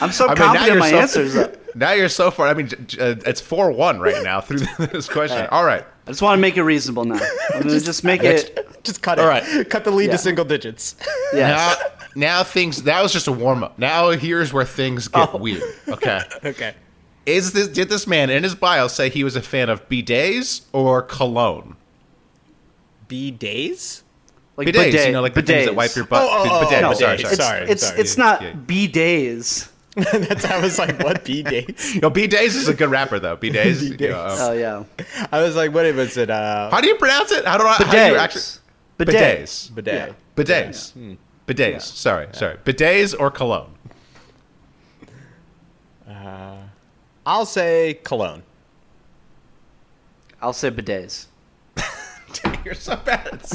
Speaker 12: I'm so
Speaker 10: I mean, now
Speaker 12: confident in
Speaker 10: you're
Speaker 12: my
Speaker 10: so,
Speaker 12: answers. though.
Speaker 10: Now you're so far. I mean, j- j- uh, it's four one right now through this question. All right.
Speaker 12: I just want to make it reasonable now. I'm gonna just make it.
Speaker 11: Just cut it.
Speaker 10: All right.
Speaker 11: Cut the lead
Speaker 12: Yeah.
Speaker 11: to single digits.
Speaker 12: Yes.
Speaker 10: Now, now things. That was just a warm up. Now here's where things get
Speaker 12: Oh.
Speaker 10: weird. Okay.
Speaker 11: okay.
Speaker 10: Is this did this man in his bio say he was a fan of bidets or cologne?
Speaker 11: B days?
Speaker 12: Like
Speaker 10: Bidets, you know, like the things that wipe your butt.
Speaker 11: Oh, oh, oh,
Speaker 10: bidet,
Speaker 11: oh,
Speaker 10: sorry,
Speaker 11: bidets.
Speaker 10: sorry.
Speaker 12: It's,
Speaker 11: Sorry,
Speaker 12: it's,
Speaker 11: sorry.
Speaker 12: it's not
Speaker 10: Yeah.
Speaker 12: B days.
Speaker 11: That's I was like, what B days?
Speaker 10: Yo, B Days is a good rapper though. B Days. you know, um,
Speaker 12: Oh yeah.
Speaker 11: I was like, what was it? Uh,
Speaker 10: how do you pronounce it? How do I? How do you actually?
Speaker 12: Bidets. Bidets.
Speaker 10: Bidets.
Speaker 11: bidet.
Speaker 12: Yeah. Hmm.
Speaker 10: Bidets. Bidets. Sorry, sorry. Bidets or cologne?
Speaker 11: I'll say cologne.
Speaker 12: I'll say bidets.
Speaker 10: You're so bad. At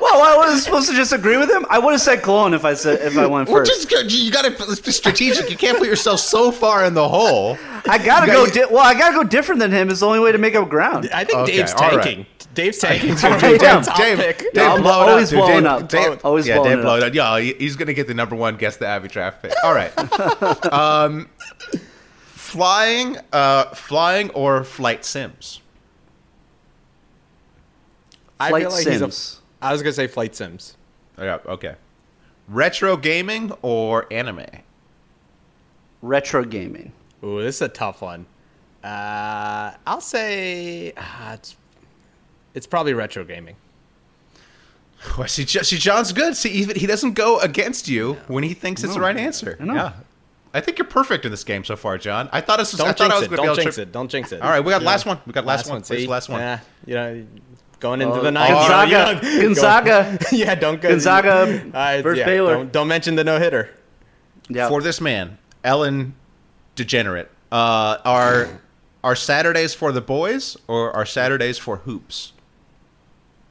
Speaker 12: Well, I was supposed to just agree with him. I would have said cologne if I said if I went
Speaker 10: We're
Speaker 12: first.
Speaker 10: just go- you got to be strategic. You can't put yourself so far in the hole.
Speaker 12: I gotta
Speaker 10: You
Speaker 12: go.
Speaker 10: gotta-
Speaker 12: Di- well, I gotta go different than him. Is the only way to make up ground.
Speaker 11: I think
Speaker 10: Okay,
Speaker 11: Dave's
Speaker 10: all right.
Speaker 11: tanking. Dave's tanking.
Speaker 12: Dave,
Speaker 11: Top
Speaker 10: Dave,
Speaker 11: pick.
Speaker 10: Dave,
Speaker 12: I'm
Speaker 10: blow it
Speaker 12: always
Speaker 10: up, dude.
Speaker 12: blowing
Speaker 10: Dave,
Speaker 12: up.
Speaker 10: Dave,
Speaker 12: Always
Speaker 10: yeah,
Speaker 12: blowing
Speaker 10: Dave
Speaker 12: it
Speaker 10: blow
Speaker 12: up.
Speaker 10: it up. Yeah, he- he's gonna get the number one guess the Abby draft pick. All right. um, flying, uh, flying or flight sims.
Speaker 11: I
Speaker 12: Flight
Speaker 11: feel like he's a-
Speaker 12: Sims.
Speaker 11: I was gonna say flight sims.
Speaker 10: Yeah, okay. Retro gaming or anime.
Speaker 12: Retro gaming.
Speaker 11: Ooh, this is a tough one. Uh, I'll say uh, it's, it's probably retro gaming.
Speaker 10: Well, see, Jo- see, John's good. See, even he doesn't go against you when he thinks it's the right answer.
Speaker 12: I know.
Speaker 10: Yeah. I think you're perfect in this game so far, John. I thought, this was, I
Speaker 11: Don't
Speaker 10: thought
Speaker 11: jinx
Speaker 10: I was
Speaker 11: it.
Speaker 10: going to be able
Speaker 11: Don't
Speaker 10: to
Speaker 11: jinx
Speaker 10: trip-
Speaker 11: it. Don't jinx it.
Speaker 10: All right, we got
Speaker 11: You
Speaker 10: last
Speaker 11: know,
Speaker 10: one. We got last, one. Please,
Speaker 11: see?
Speaker 10: last one.
Speaker 11: Yeah, you know, going into
Speaker 12: Oh,
Speaker 11: the night.
Speaker 12: Gonzaga. Gonzaga.
Speaker 11: yeah, don't go.
Speaker 12: Gonzaga versus Baylor.
Speaker 11: Don't, don't mention the no hitter.
Speaker 12: Yeah.
Speaker 10: For this man, Ellen Degenerate, uh, are are Saturdays for the boys or are Saturdays for hoops?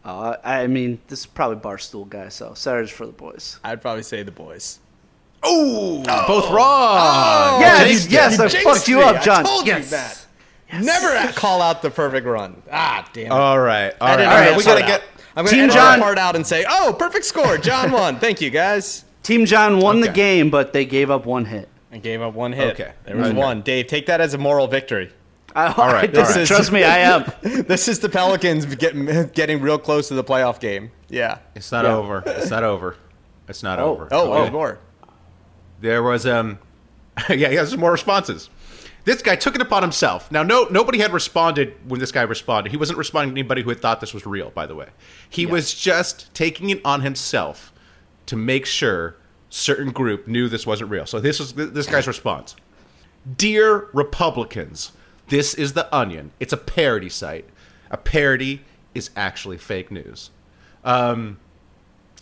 Speaker 12: Uh, I I mean, this is probably barstool guy. So Saturdays for the boys.
Speaker 11: I'd probably say the boys.
Speaker 10: Ooh, both wrong.
Speaker 12: Yeah,
Speaker 10: Jinxed
Speaker 12: you- Oh. yes,
Speaker 10: it.
Speaker 12: I
Speaker 11: Oh. jinxed
Speaker 12: fucked you
Speaker 11: me.
Speaker 12: up,
Speaker 11: I
Speaker 12: John.
Speaker 11: told you
Speaker 12: yes. Uh,
Speaker 11: that. Never at- call out the perfect run. Ah, damn. It.
Speaker 10: All right, all
Speaker 11: I
Speaker 10: right,
Speaker 11: didn't
Speaker 10: all
Speaker 11: know
Speaker 10: right.
Speaker 11: that
Speaker 10: We gotta
Speaker 11: part
Speaker 10: get.
Speaker 11: out. I'm gonna
Speaker 12: Team
Speaker 11: edit
Speaker 12: John-
Speaker 11: that part out and say, "Oh, perfect score, John won." Thank you guys.
Speaker 12: Team John won the
Speaker 10: Okay.
Speaker 12: game, but they gave up one hit.
Speaker 11: And gave up one hit.
Speaker 10: Okay.
Speaker 11: there was
Speaker 10: Okay.
Speaker 11: one. Dave, take that as a moral victory.
Speaker 12: I,
Speaker 10: right, all
Speaker 12: this-
Speaker 10: right.
Speaker 12: Trust me, I am.
Speaker 11: This is the Pelicans getting getting real close to the playoff game. Yeah.
Speaker 10: It's not over. It's not over. It's not
Speaker 12: Oh.
Speaker 10: over.
Speaker 11: Oh,
Speaker 10: Okay.
Speaker 11: oh, more.
Speaker 10: There was um, yeah, yeah. There's more responses. This guy took it upon himself. Now, no, nobody had responded when this guy responded. He wasn't responding to anybody who had thought this was real. By the way, he was just taking it on himself to make sure certain group knew this wasn't real. So this was this guy's response. Dear Republicans, this is The Onion. It's a parody site. A parody is actually fake news. Um,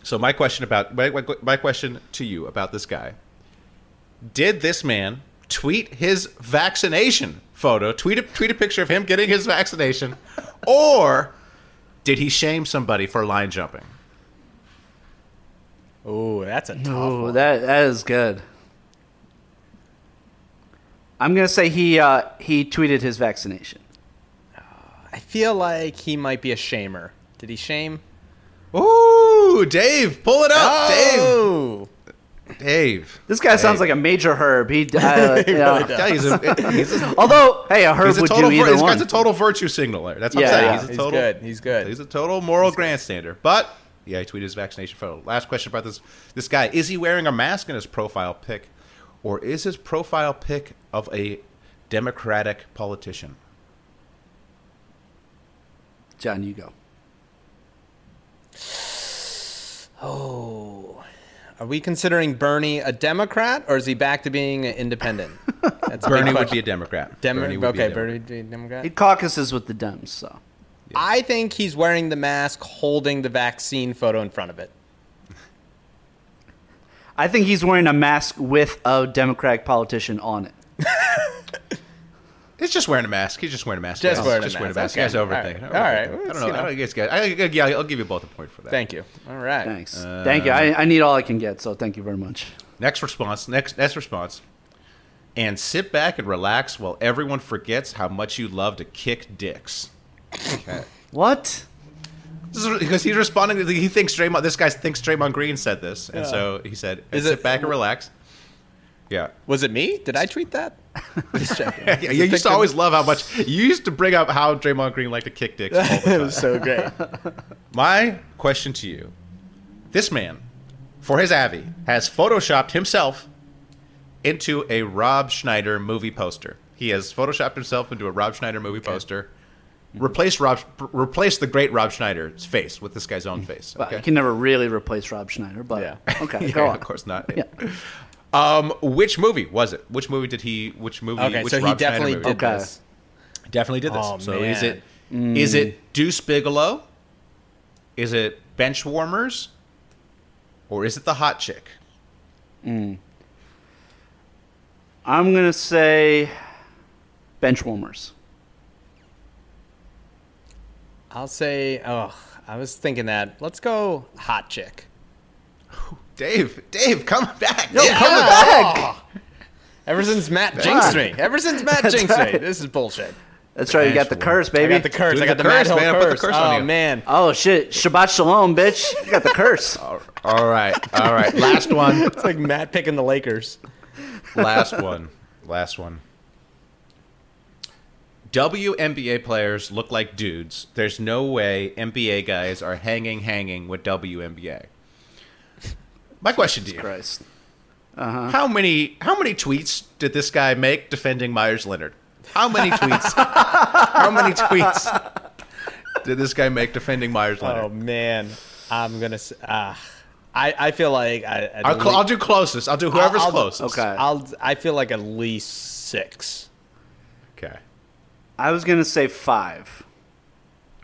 Speaker 10: so my question about my, my, my question to you about this guy: Did this man tweet his vaccination photo. Tweet a tweet a picture of him getting his vaccination, or did he shame somebody for line jumping?
Speaker 11: Oh, that's a tough
Speaker 12: Ooh,
Speaker 11: one.
Speaker 12: that that is good. I'm gonna say he uh, he tweeted his vaccination.
Speaker 11: I feel like he might be a shamer. Did he shame?
Speaker 10: Ooh, Dave, pull it up,
Speaker 11: Oh.
Speaker 10: Dave. Dave.
Speaker 12: This guy sounds like a major herb. He, uh,
Speaker 10: He
Speaker 12: yeah.
Speaker 10: really does. He's a- he's a-
Speaker 12: although hey, a herb
Speaker 10: He's a
Speaker 12: would
Speaker 10: total,
Speaker 12: do
Speaker 10: vir-
Speaker 12: either
Speaker 10: this
Speaker 12: one.
Speaker 10: guy's a total virtue signaler. That's what
Speaker 12: Yeah,
Speaker 10: I'm saying.
Speaker 12: yeah.
Speaker 10: He's a
Speaker 11: He's
Speaker 10: total.
Speaker 11: good. He's good.
Speaker 10: He's a total moral grandstander. But yeah, he tweeted his vaccination photo. Last question about this this guy: Is he wearing a mask in his profile pic, or is his profile pic of a Democratic politician?
Speaker 12: John, you go.
Speaker 11: Oh. Are we considering Bernie a Democrat or is he back to being an independent? That's a big
Speaker 10: Bernie would
Speaker 11: question.
Speaker 10: be a Democrat.
Speaker 11: Demo-
Speaker 10: Bernie would be a
Speaker 11: okay,
Speaker 10: Democrat.
Speaker 11: Bernie would be a Democrat.
Speaker 12: He caucuses with the Dems, so
Speaker 11: I think he's wearing the mask, holding the vaccine photo in front of it.
Speaker 12: I think he's wearing a mask with a Democratic politician on it.
Speaker 10: He's just wearing a mask. He's just wearing a mask.
Speaker 11: Just
Speaker 10: guys.
Speaker 11: wearing a
Speaker 10: just wearing a mask.
Speaker 11: mask.
Speaker 10: You guys
Speaker 11: Okay.
Speaker 10: overthinking.
Speaker 11: All
Speaker 10: Overthinking. I
Speaker 11: right. All right.
Speaker 10: don't
Speaker 11: Let's,
Speaker 10: know.
Speaker 11: you know.
Speaker 10: I don't guess, guys. I, yeah, I'll give you both a point for that.
Speaker 11: Thank you. All right.
Speaker 12: Thanks, thank you. I, I need all I can get, so thank you very much.
Speaker 10: Next response. Next next response. And sit back and relax while everyone forgets how much you love to kick dicks. Okay.
Speaker 12: What?
Speaker 10: This is- Because he's responding, to the- he thinks Draymond. This guy thinks Draymond Green said this, and so he said,
Speaker 11: Is
Speaker 10: "Sit
Speaker 11: it-
Speaker 10: back and relax." Yeah,
Speaker 11: Was it me? Did I tweet that? Just checking.
Speaker 10: yeah. You used to always love how much you used to bring up how Draymond Green liked to kick dicks. All the time.
Speaker 11: it was so great.
Speaker 10: My question to you this man, for his Avi, has photoshopped himself into a Rob Schneider movie poster. He has photoshopped himself into a Rob Schneider movie poster. Replace Rob, replace the great Rob Schneider's face with this guy's own
Speaker 11: Mm-hmm.
Speaker 10: face.
Speaker 12: Well,
Speaker 10: Okay?
Speaker 12: You can never really replace Rob Schneider, but
Speaker 11: Yeah.
Speaker 12: okay,
Speaker 10: Yeah,
Speaker 12: go on.
Speaker 10: of course not. Um, which movie was it? Which movie did he? Which movie?
Speaker 11: Okay,
Speaker 10: which
Speaker 11: so he
Speaker 10: Rob Schneider
Speaker 11: definitely
Speaker 10: movie?
Speaker 11: did
Speaker 12: Okay.
Speaker 11: this.
Speaker 10: Definitely did this.
Speaker 11: Oh,
Speaker 10: so
Speaker 11: man.
Speaker 10: is it is it Deuce Bigelow? Is it bench warmers? Or is it the hot chick?
Speaker 12: I'm gonna say bench warmers.
Speaker 11: I'll say, oh, I was thinking that. Let's go hot chick.
Speaker 10: Dave, Dave, come back.
Speaker 11: Oh. Ever since Matt jinxed me. Ever since Matt jinxed me.
Speaker 12: right.
Speaker 11: This is bullshit.
Speaker 12: That's right. You got the
Speaker 10: Bench
Speaker 12: curse,
Speaker 11: I
Speaker 12: baby.
Speaker 11: got the curse.
Speaker 10: Do
Speaker 11: I got
Speaker 10: the
Speaker 11: the, Matt
Speaker 10: curse,
Speaker 11: Hill
Speaker 10: man. I put the
Speaker 11: curse.
Speaker 10: curse
Speaker 11: oh,
Speaker 10: on you.
Speaker 11: man.
Speaker 12: oh shit! Shabbat shalom, bitch. You got the curse.
Speaker 10: All right. All right. Last one.
Speaker 11: It's like Matt picking the Lakers.
Speaker 10: Last one. Last one. WNBA players look like dudes. There's no way NBA guys are hanging hanging with WNBA. My question to you.
Speaker 12: Christ.
Speaker 10: How many how many tweets did this guy make defending Myers Leonard? How many tweets? how many tweets did this guy make defending Myers
Speaker 11: Oh,
Speaker 10: Leonard?
Speaker 11: man. I'm going to. Uh, I, I feel like. I, I
Speaker 10: I'll, cl- I'll do closest. I'll do whoever's
Speaker 11: I'll-
Speaker 10: closest.
Speaker 12: Okay.
Speaker 11: I'll, I feel like at least six.
Speaker 10: Okay.
Speaker 12: I was gonna say five.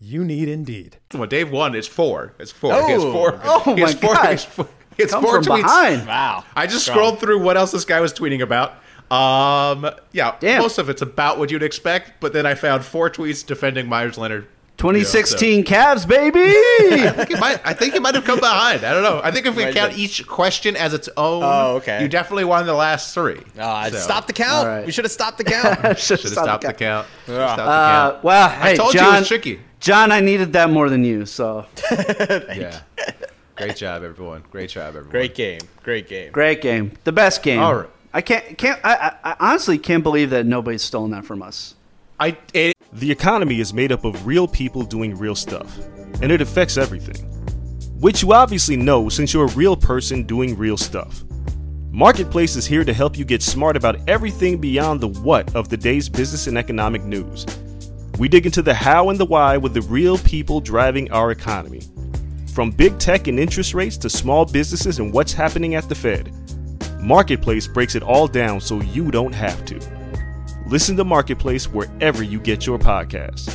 Speaker 8: You need Indeed.
Speaker 10: one. Dave one is four. It's four. Oh, he has four.
Speaker 12: Oh
Speaker 10: he has
Speaker 12: my
Speaker 10: four,
Speaker 12: God.
Speaker 10: He has four, he has
Speaker 12: Come
Speaker 10: four
Speaker 12: from
Speaker 10: tweets.
Speaker 12: behind.
Speaker 11: Wow.
Speaker 10: I just
Speaker 11: Strong.
Speaker 10: scrolled through what else this guy was tweeting about. Um, yeah,
Speaker 12: Damn.
Speaker 10: most of it's about what you'd expect, but then I found four tweets defending Myers Leonard
Speaker 12: 2016 yeah, so. Cavs, baby.
Speaker 10: I, think it might, I think it might have come behind. I don't know. I think if we right count then. each question as its own, oh, okay. you definitely won the last three.
Speaker 11: Uh, so. Stop the count. Right. We should have stopped the count.
Speaker 10: should have stopped, the count. Ah. The count.
Speaker 12: Uh, the count. Well, hey,
Speaker 10: I told
Speaker 12: John,
Speaker 10: you it was tricky.
Speaker 12: John, I needed that more than you. So, Uh,
Speaker 10: yeah. Great job, everyone. Great job, everyone.
Speaker 11: Great game. Great game.
Speaker 12: Great game. The best game. All right. I can't. Can't. I, I, I honestly can't believe that nobody's stolen that from us.
Speaker 10: I. It,
Speaker 13: the economy is made up of real people doing real stuff, and it affects everything. Which you obviously know since you're a real person doing real stuff. Marketplace is here to help you get smart about everything beyond the what of the day's business and economic news. We dig into the how and the why with the real people driving our economy. From big tech and interest rates to small businesses and what's happening at the Fed, Marketplace breaks it all down so you don't have to. Listen to Marketplace wherever you get your podcast.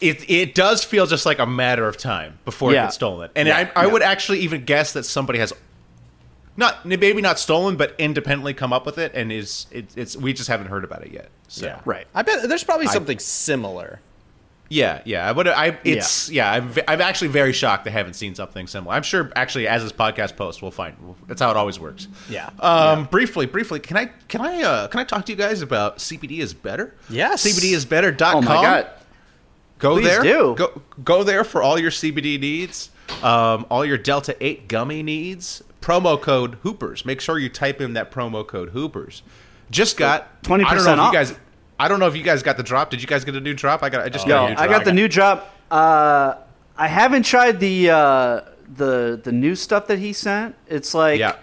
Speaker 10: It, it does feel just like a matter of time before yeah. it gets stolen. And yeah. I, I yeah. would actually even guess that somebody has not maybe not stolen, but independently come up with it, and is it, it's we just haven't heard about it yet. So. Yeah,
Speaker 11: right. I bet there's probably something I, similar.
Speaker 10: Yeah, yeah. I would. I it's yeah. yeah I'm, I'm actually very shocked I haven't seen something similar. I'm sure actually as this podcast posts, we'll find. We'll, that's how it always works.
Speaker 11: Yeah.
Speaker 10: Um. Yeah. Briefly, briefly. Can I can I uh, can I talk to you guys about CBD is better?
Speaker 11: Yes.
Speaker 10: CBD is better. Oh my
Speaker 12: god.
Speaker 10: Go
Speaker 12: Please
Speaker 10: there.
Speaker 12: Do.
Speaker 10: Go go there for all your CBD needs. Um. All your Delta Eight gummy needs. Promo code Hoopers. Make sure you type in that promo code Hoopers. Just got
Speaker 12: twenty percent off.
Speaker 10: You guys. I don't know if you guys got the drop. Did you guys get a new drop? I got. I just oh, got.
Speaker 12: No, I got the new drop. Uh, I haven't tried the uh, the the new stuff that he sent. It's like yeah.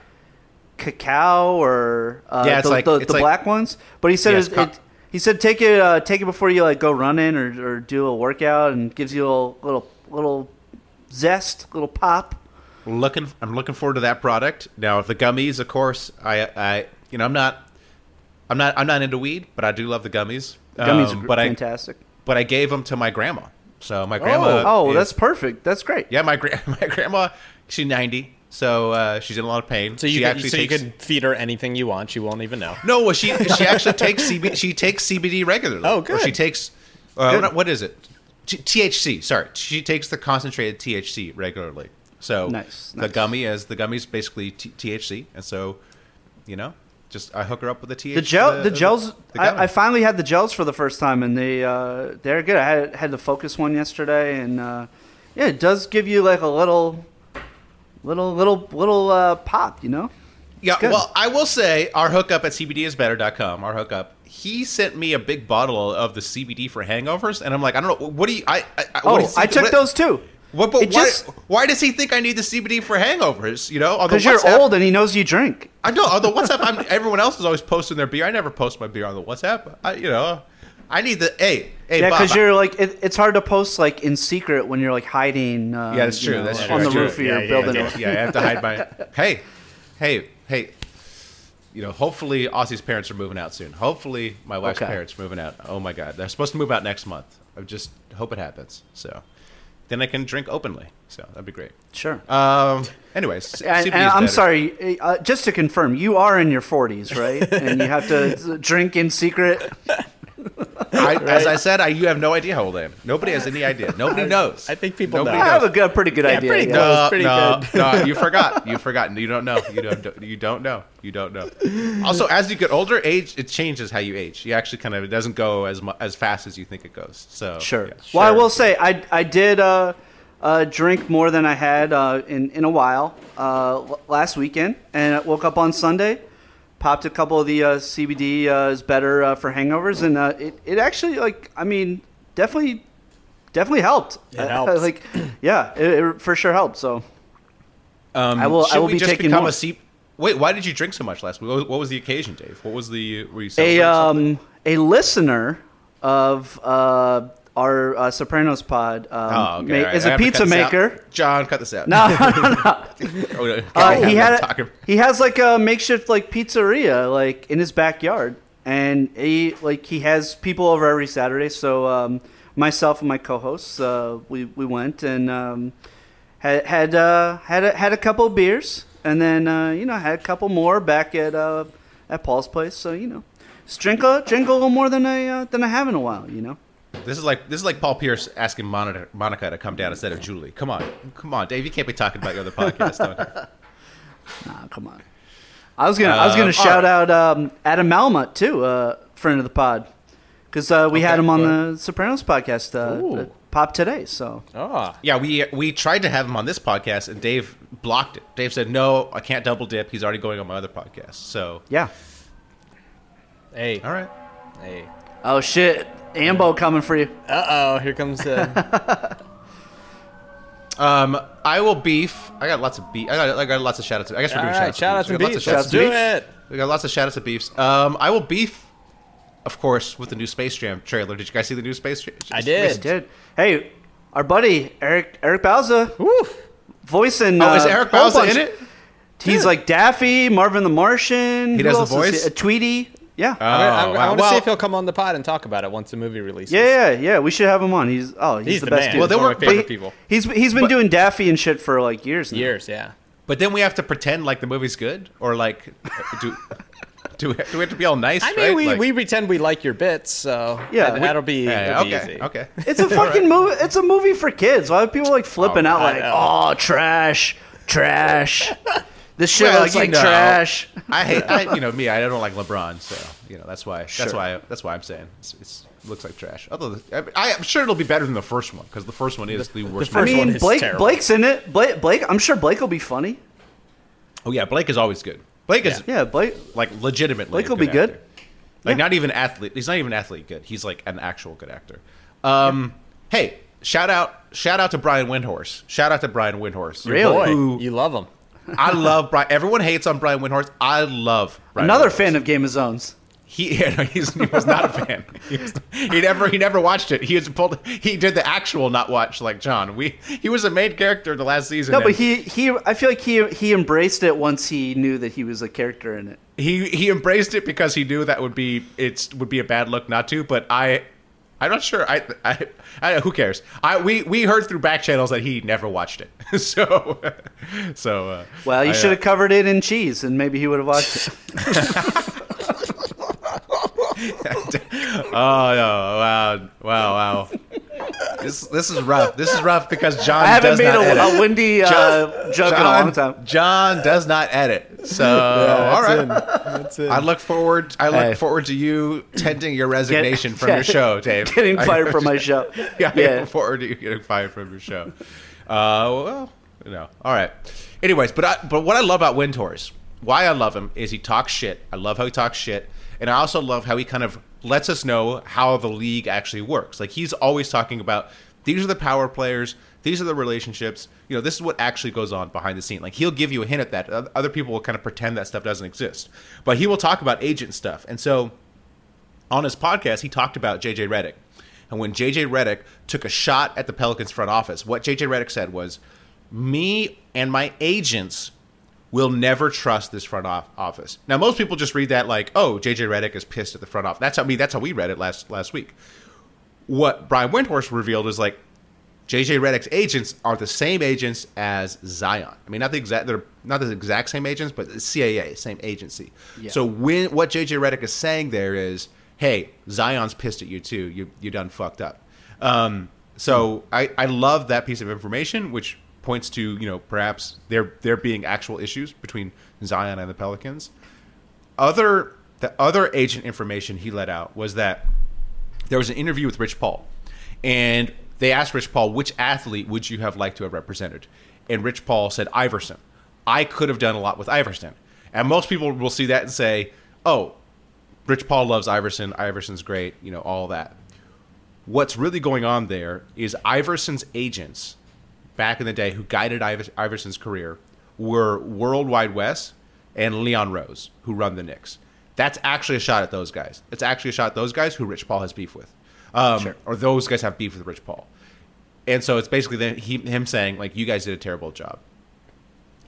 Speaker 12: cacao or uh, yeah, the, like, the, the like, black ones. But he said yeah, it, co- it, he said take it uh, take it before you like go running or, or do a workout and gives you a little little, little zest, little pop.
Speaker 10: Looking, I'm looking forward to that product. Now, the gummies, of course, I, I, you know, I'm not I'm not I'm not into weed, but I do love the gummies.
Speaker 12: Gummies um, are fantastic.
Speaker 10: I, but I gave them to my grandma. So my grandma.
Speaker 12: Oh, oh is, that's perfect. That's great.
Speaker 10: Yeah, my gra- my grandma. She's ninety, so uh, she's in a lot of pain.
Speaker 11: So you can, so takes, you can feed her anything you want. She won't even know.
Speaker 10: No, well, she she actually takes CBD. She takes CBD regularly.
Speaker 11: Oh, good.
Speaker 10: she takes. Uh, good. what is it? THC. Sorry, she takes the concentrated THC regularly. So
Speaker 12: nice,
Speaker 10: the
Speaker 12: nice.
Speaker 10: gummy is the gummy is basically t- THC, and so you know just I hook her up with a THC.
Speaker 12: The gel, the, the gels. The I, I, finally had the gels for the first time, and they uh, they're good. I had, had the Focus one yesterday, and uh, yeah, it does give you like a little, little, little, little uh, pop, you know.
Speaker 10: Yeah, well, I will say our hookup at cbdisbetter.com, our hookup, he sent me a big bottle of the CBD for hangovers, and I'm like, I don't know, what do you, I, I, I
Speaker 12: oh,
Speaker 10: you,
Speaker 12: I took
Speaker 10: what,
Speaker 12: those too.
Speaker 10: What, but why, just, why, does he think I need the CBD for hangovers? You know,
Speaker 12: because you're old and he knows you drink.
Speaker 10: I know. On the WhatsApp, I'm, everyone else is always posting their beer. I never post my beer on the WhatsApp. I, you know, I need the hey, hey
Speaker 12: yeah, because
Speaker 10: Bob,
Speaker 12: you're like it, it's hard to post like in secret when you're like hiding. Um,
Speaker 10: yeah, that's true.
Speaker 12: You know,
Speaker 10: that's
Speaker 12: on
Speaker 10: true.
Speaker 12: On the
Speaker 10: true.
Speaker 12: roof of your
Speaker 10: yeah,
Speaker 12: building.
Speaker 10: Yeah, yeah, I have to hide my. Hey, hey, hey. You know, hopefully Aussie's parents are moving out soon. Hopefully my wife's okay. parents moving out. Oh my God, they're supposed to move out next month. I just hope it happens. So then I can drink openly. So that'd be great.
Speaker 12: Sure.
Speaker 10: Um, anyways,
Speaker 12: and, and I'm sorry. Uh, just to confirm, you are in your 40s, right? and you have to drink in secret.
Speaker 10: I, right? As I said, I, you have no idea how old I am. Nobody has any idea. Nobody knows.
Speaker 11: I think people.
Speaker 12: Nobody know. I have a good, pretty good
Speaker 11: yeah,
Speaker 12: idea.
Speaker 11: Pretty
Speaker 10: yeah. No,
Speaker 11: pretty
Speaker 10: no,
Speaker 11: good.
Speaker 10: no. You forgot. You forgot. You don't know. You don't. You don't know. You don't know. Also, as you get older, age it changes how you age. You actually kind of it doesn't go as as fast as you think it goes. So
Speaker 12: sure. Yeah.
Speaker 10: sure.
Speaker 12: Well, I will say I I did uh, uh, drink more than I had uh, in in a while uh, last weekend, and I woke up on Sunday popped a couple of the uh, CBD uh, is better uh, for hangovers, and it it actually like I mean definitely definitely helped. Uh,
Speaker 11: It helped.
Speaker 12: like yeah, it, it, for sure helped. So um, I will I will be taking
Speaker 10: become
Speaker 12: more.
Speaker 10: a C- Wait, why did you drink so much last week? What was the occasion, Dave? What was the were you
Speaker 12: a
Speaker 10: um,
Speaker 12: a listener of our uh, Sopranos pod um, oh, okay, ma- right. is a pizza maker.
Speaker 10: John, cut this out. Oh,
Speaker 12: No, no, no. uh, he had a, he has like a makeshift like pizzeria like in his backyard, and he like he has people over every Saturday. So um, myself and my co-hosts uh, we we went and um, had had uh, had a, had a couple beers, and then uh, you know had a couple more back at uh, at Paul's place. So you know, just drink a drink a little more than I than I have in a while. You know.
Speaker 10: like this is like this is like Paul Pierce asking Monica, Monica to come down instead of Julie. Come on, come on, Dave. You can't be talking about your other podcast on here.
Speaker 12: Nah, come on. I was gonna I was gonna
Speaker 10: Um,
Speaker 12: shout
Speaker 10: all
Speaker 12: out um, Adam Malmut too, uh, friend of the pod, because uh, we had him on the Sopranos podcast, uh, uh, Pop Today. So
Speaker 11: Ah,
Speaker 10: Oh. Yeah, we we tried to have him on this podcast, and Dave blocked it. Dave said, "No, I can't double dip. He's already going on my other podcast." So
Speaker 12: yeah.
Speaker 11: Hey.
Speaker 10: All right.
Speaker 11: Hey.
Speaker 12: Oh shit, Ambo coming for you.
Speaker 11: Uh oh, here comes. Uh...
Speaker 10: Um, I will beef. I got lots of beef. I got, I got lots of shout outs. I guess we're
Speaker 11: All
Speaker 10: doing
Speaker 11: right,
Speaker 10: shout outs.
Speaker 11: shout-outs and beefs. Let's do it.
Speaker 10: We got lots of shout outs and beefs. Um, I will beef, of course, with the new Space Jam trailer. Did you guys see the new Space Jam?
Speaker 12: I did. Hey, our buddy Eric Eric Bauza, voicing.
Speaker 10: Oh, is
Speaker 12: uh,
Speaker 10: Eric
Speaker 12: a whole
Speaker 10: Bauza
Speaker 12: bunch-
Speaker 10: in it?
Speaker 12: He's
Speaker 10: Yeah.
Speaker 12: like Daffy, Marvin the Martian.
Speaker 10: He
Speaker 12: who
Speaker 10: does the
Speaker 12: else is
Speaker 10: voice?
Speaker 12: he? Uh, Tweety. Yeah.
Speaker 11: I'm gonna- I'm- I want to see
Speaker 12: Well-
Speaker 11: if he'll come on the pod and talk about it once the movie releases.
Speaker 12: Yeah, yeah, yeah. We should have him on. He's oh, he's,
Speaker 11: He's
Speaker 12: the,
Speaker 11: the
Speaker 12: best
Speaker 11: man.
Speaker 12: dude.
Speaker 11: Well, they He's one of my were- favorite
Speaker 12: But
Speaker 11: people.
Speaker 12: He's he's been doing Daffy and shit for like years now.
Speaker 11: Years, yeah.
Speaker 10: But then we have to pretend like the movie's good, or like do do we, do we have to be all nice?
Speaker 11: I mean,
Speaker 10: right?
Speaker 11: we,
Speaker 10: Like-
Speaker 11: we pretend we like your bits, so
Speaker 12: Yeah.
Speaker 11: that, that'll be,
Speaker 10: Yeah,
Speaker 11: that'll be
Speaker 10: okay,
Speaker 11: easy.
Speaker 10: okay.
Speaker 12: It's a fucking movie. It's a movie for kids. Why are people like flipping
Speaker 11: Oh,
Speaker 12: out
Speaker 11: I
Speaker 12: like,
Speaker 11: know.
Speaker 12: oh, trash, trash. this shit
Speaker 10: Well,
Speaker 12: looks
Speaker 10: you
Speaker 12: like
Speaker 10: know,
Speaker 12: trash.
Speaker 10: I hate, I, you know, me. I don't like LeBron, so you know that's why.
Speaker 12: Sure.
Speaker 10: That's why. That's why I'm saying it's, it's it looks like trash. Although I, I'm sure it'll be better than the first one because the first one is the, worst.
Speaker 12: I
Speaker 10: movie.
Speaker 12: mean, Blake Blake's in it. Blake Blake. I'm sure Blake will be funny.
Speaker 10: Oh yeah, Blake is always good. Blake is
Speaker 12: yeah, Blake
Speaker 10: like legitimately.
Speaker 12: Blake
Speaker 10: a
Speaker 12: will be good.
Speaker 10: actor. Like not even athlete. He's not even athlete good. He's like an actual good actor. Um, hey, shout out, shout out to Brian Windhorse. Shout out to Brian Windhorse.
Speaker 11: Your boy.
Speaker 10: Who-
Speaker 11: You love him.
Speaker 10: I love Brian. Everyone hates on Brian Windhorse. I love Brian
Speaker 12: Another fan of Game of Zones.
Speaker 10: He, yeah, no, he's, he was not a fan. He, was- he never he never watched it. He was pulled. He did the actual not watch like John. We he was a main character in the last season.
Speaker 12: No, but
Speaker 10: and
Speaker 12: he he. I feel like he he embraced it once he knew that he was a character in it.
Speaker 10: he he embraced it because he knew that would be it's would be a bad look not to. But I. I'm not sure. I, I, I who cares? I we we heard through back channels that he never watched it. so, so uh,
Speaker 12: Well, you
Speaker 10: I,
Speaker 12: should
Speaker 10: uh,
Speaker 12: have covered it in cheese, and maybe he would have watched it.
Speaker 10: Oh no! Wow! Wow! Wow! this this is rough. This is rough because John.
Speaker 12: I haven't
Speaker 10: does
Speaker 12: made
Speaker 10: not
Speaker 12: a-
Speaker 10: edit.
Speaker 12: a windy, uh, joke in a long time.
Speaker 10: John does not edit, so all right. I look forward. I look
Speaker 12: Hey.
Speaker 10: forward to you tending your
Speaker 12: Get-
Speaker 10: resignation from your show, Dave.
Speaker 12: Getting fired
Speaker 10: I-
Speaker 12: from my show.
Speaker 10: yeah, I
Speaker 12: Yeah.
Speaker 10: look forward to you getting fired from your show. Uh, well, you know. All right. Anyways, but I, but what I love about Windhorse, why I love him is he talks shit. I love how he talks shit, and I also love how he kind of lets us know how the league actually works. Like he's always talking about these are the power players, these are the relationships. You know, this is what actually goes on behind the scene. Like he'll give you a hint at that. Oth- Other people will kind of pretend that stuff doesn't exist, but he will talk about agent stuff, and so on his podcast, he talked about JJ Reddick. And when JJ Reddick took a shot at the Pelicans front office, what JJ Reddick said was, Me and my agents will never trust this front off- office. Now, most people just read that like, oh, JJ Reddick is pissed at the front office. That's how, I mean, that's how we read it last, last week. What Brian Windhorst revealed was like, JJ Reddick's agents are the same agents as Zion. I mean, not the exact they're not the exact same agents, but the CAA, same agency.
Speaker 14: Yeah.
Speaker 10: So when what JJ Reddick is saying there is, hey, Zion's pissed at you too. You you done fucked up. Um, so I I love that piece of information, which points to you know perhaps there there being actual issues between Zion and the Pelicans. Other the other agent information he let out was that there was an interview with Rich Paul, and they asked Rich Paul, which athlete would you have liked to have represented? And Rich Paul said, Iverson. I could have done a lot with Iverson. And most people will see that and say, oh, Rich Paul loves Iverson. Iverson's great, you know, all that. What's really going on there is Iverson's agents back in the day who guided Ivers- Iverson's career were World Wide West and Leon Rose, who run the Knicks. That's actually a shot at those guys. It's actually a shot at those guys who Rich Paul has beef with, um, or those guys have beef with Rich Paul. And so it's basically the, he, him saying like, "You guys did a terrible job."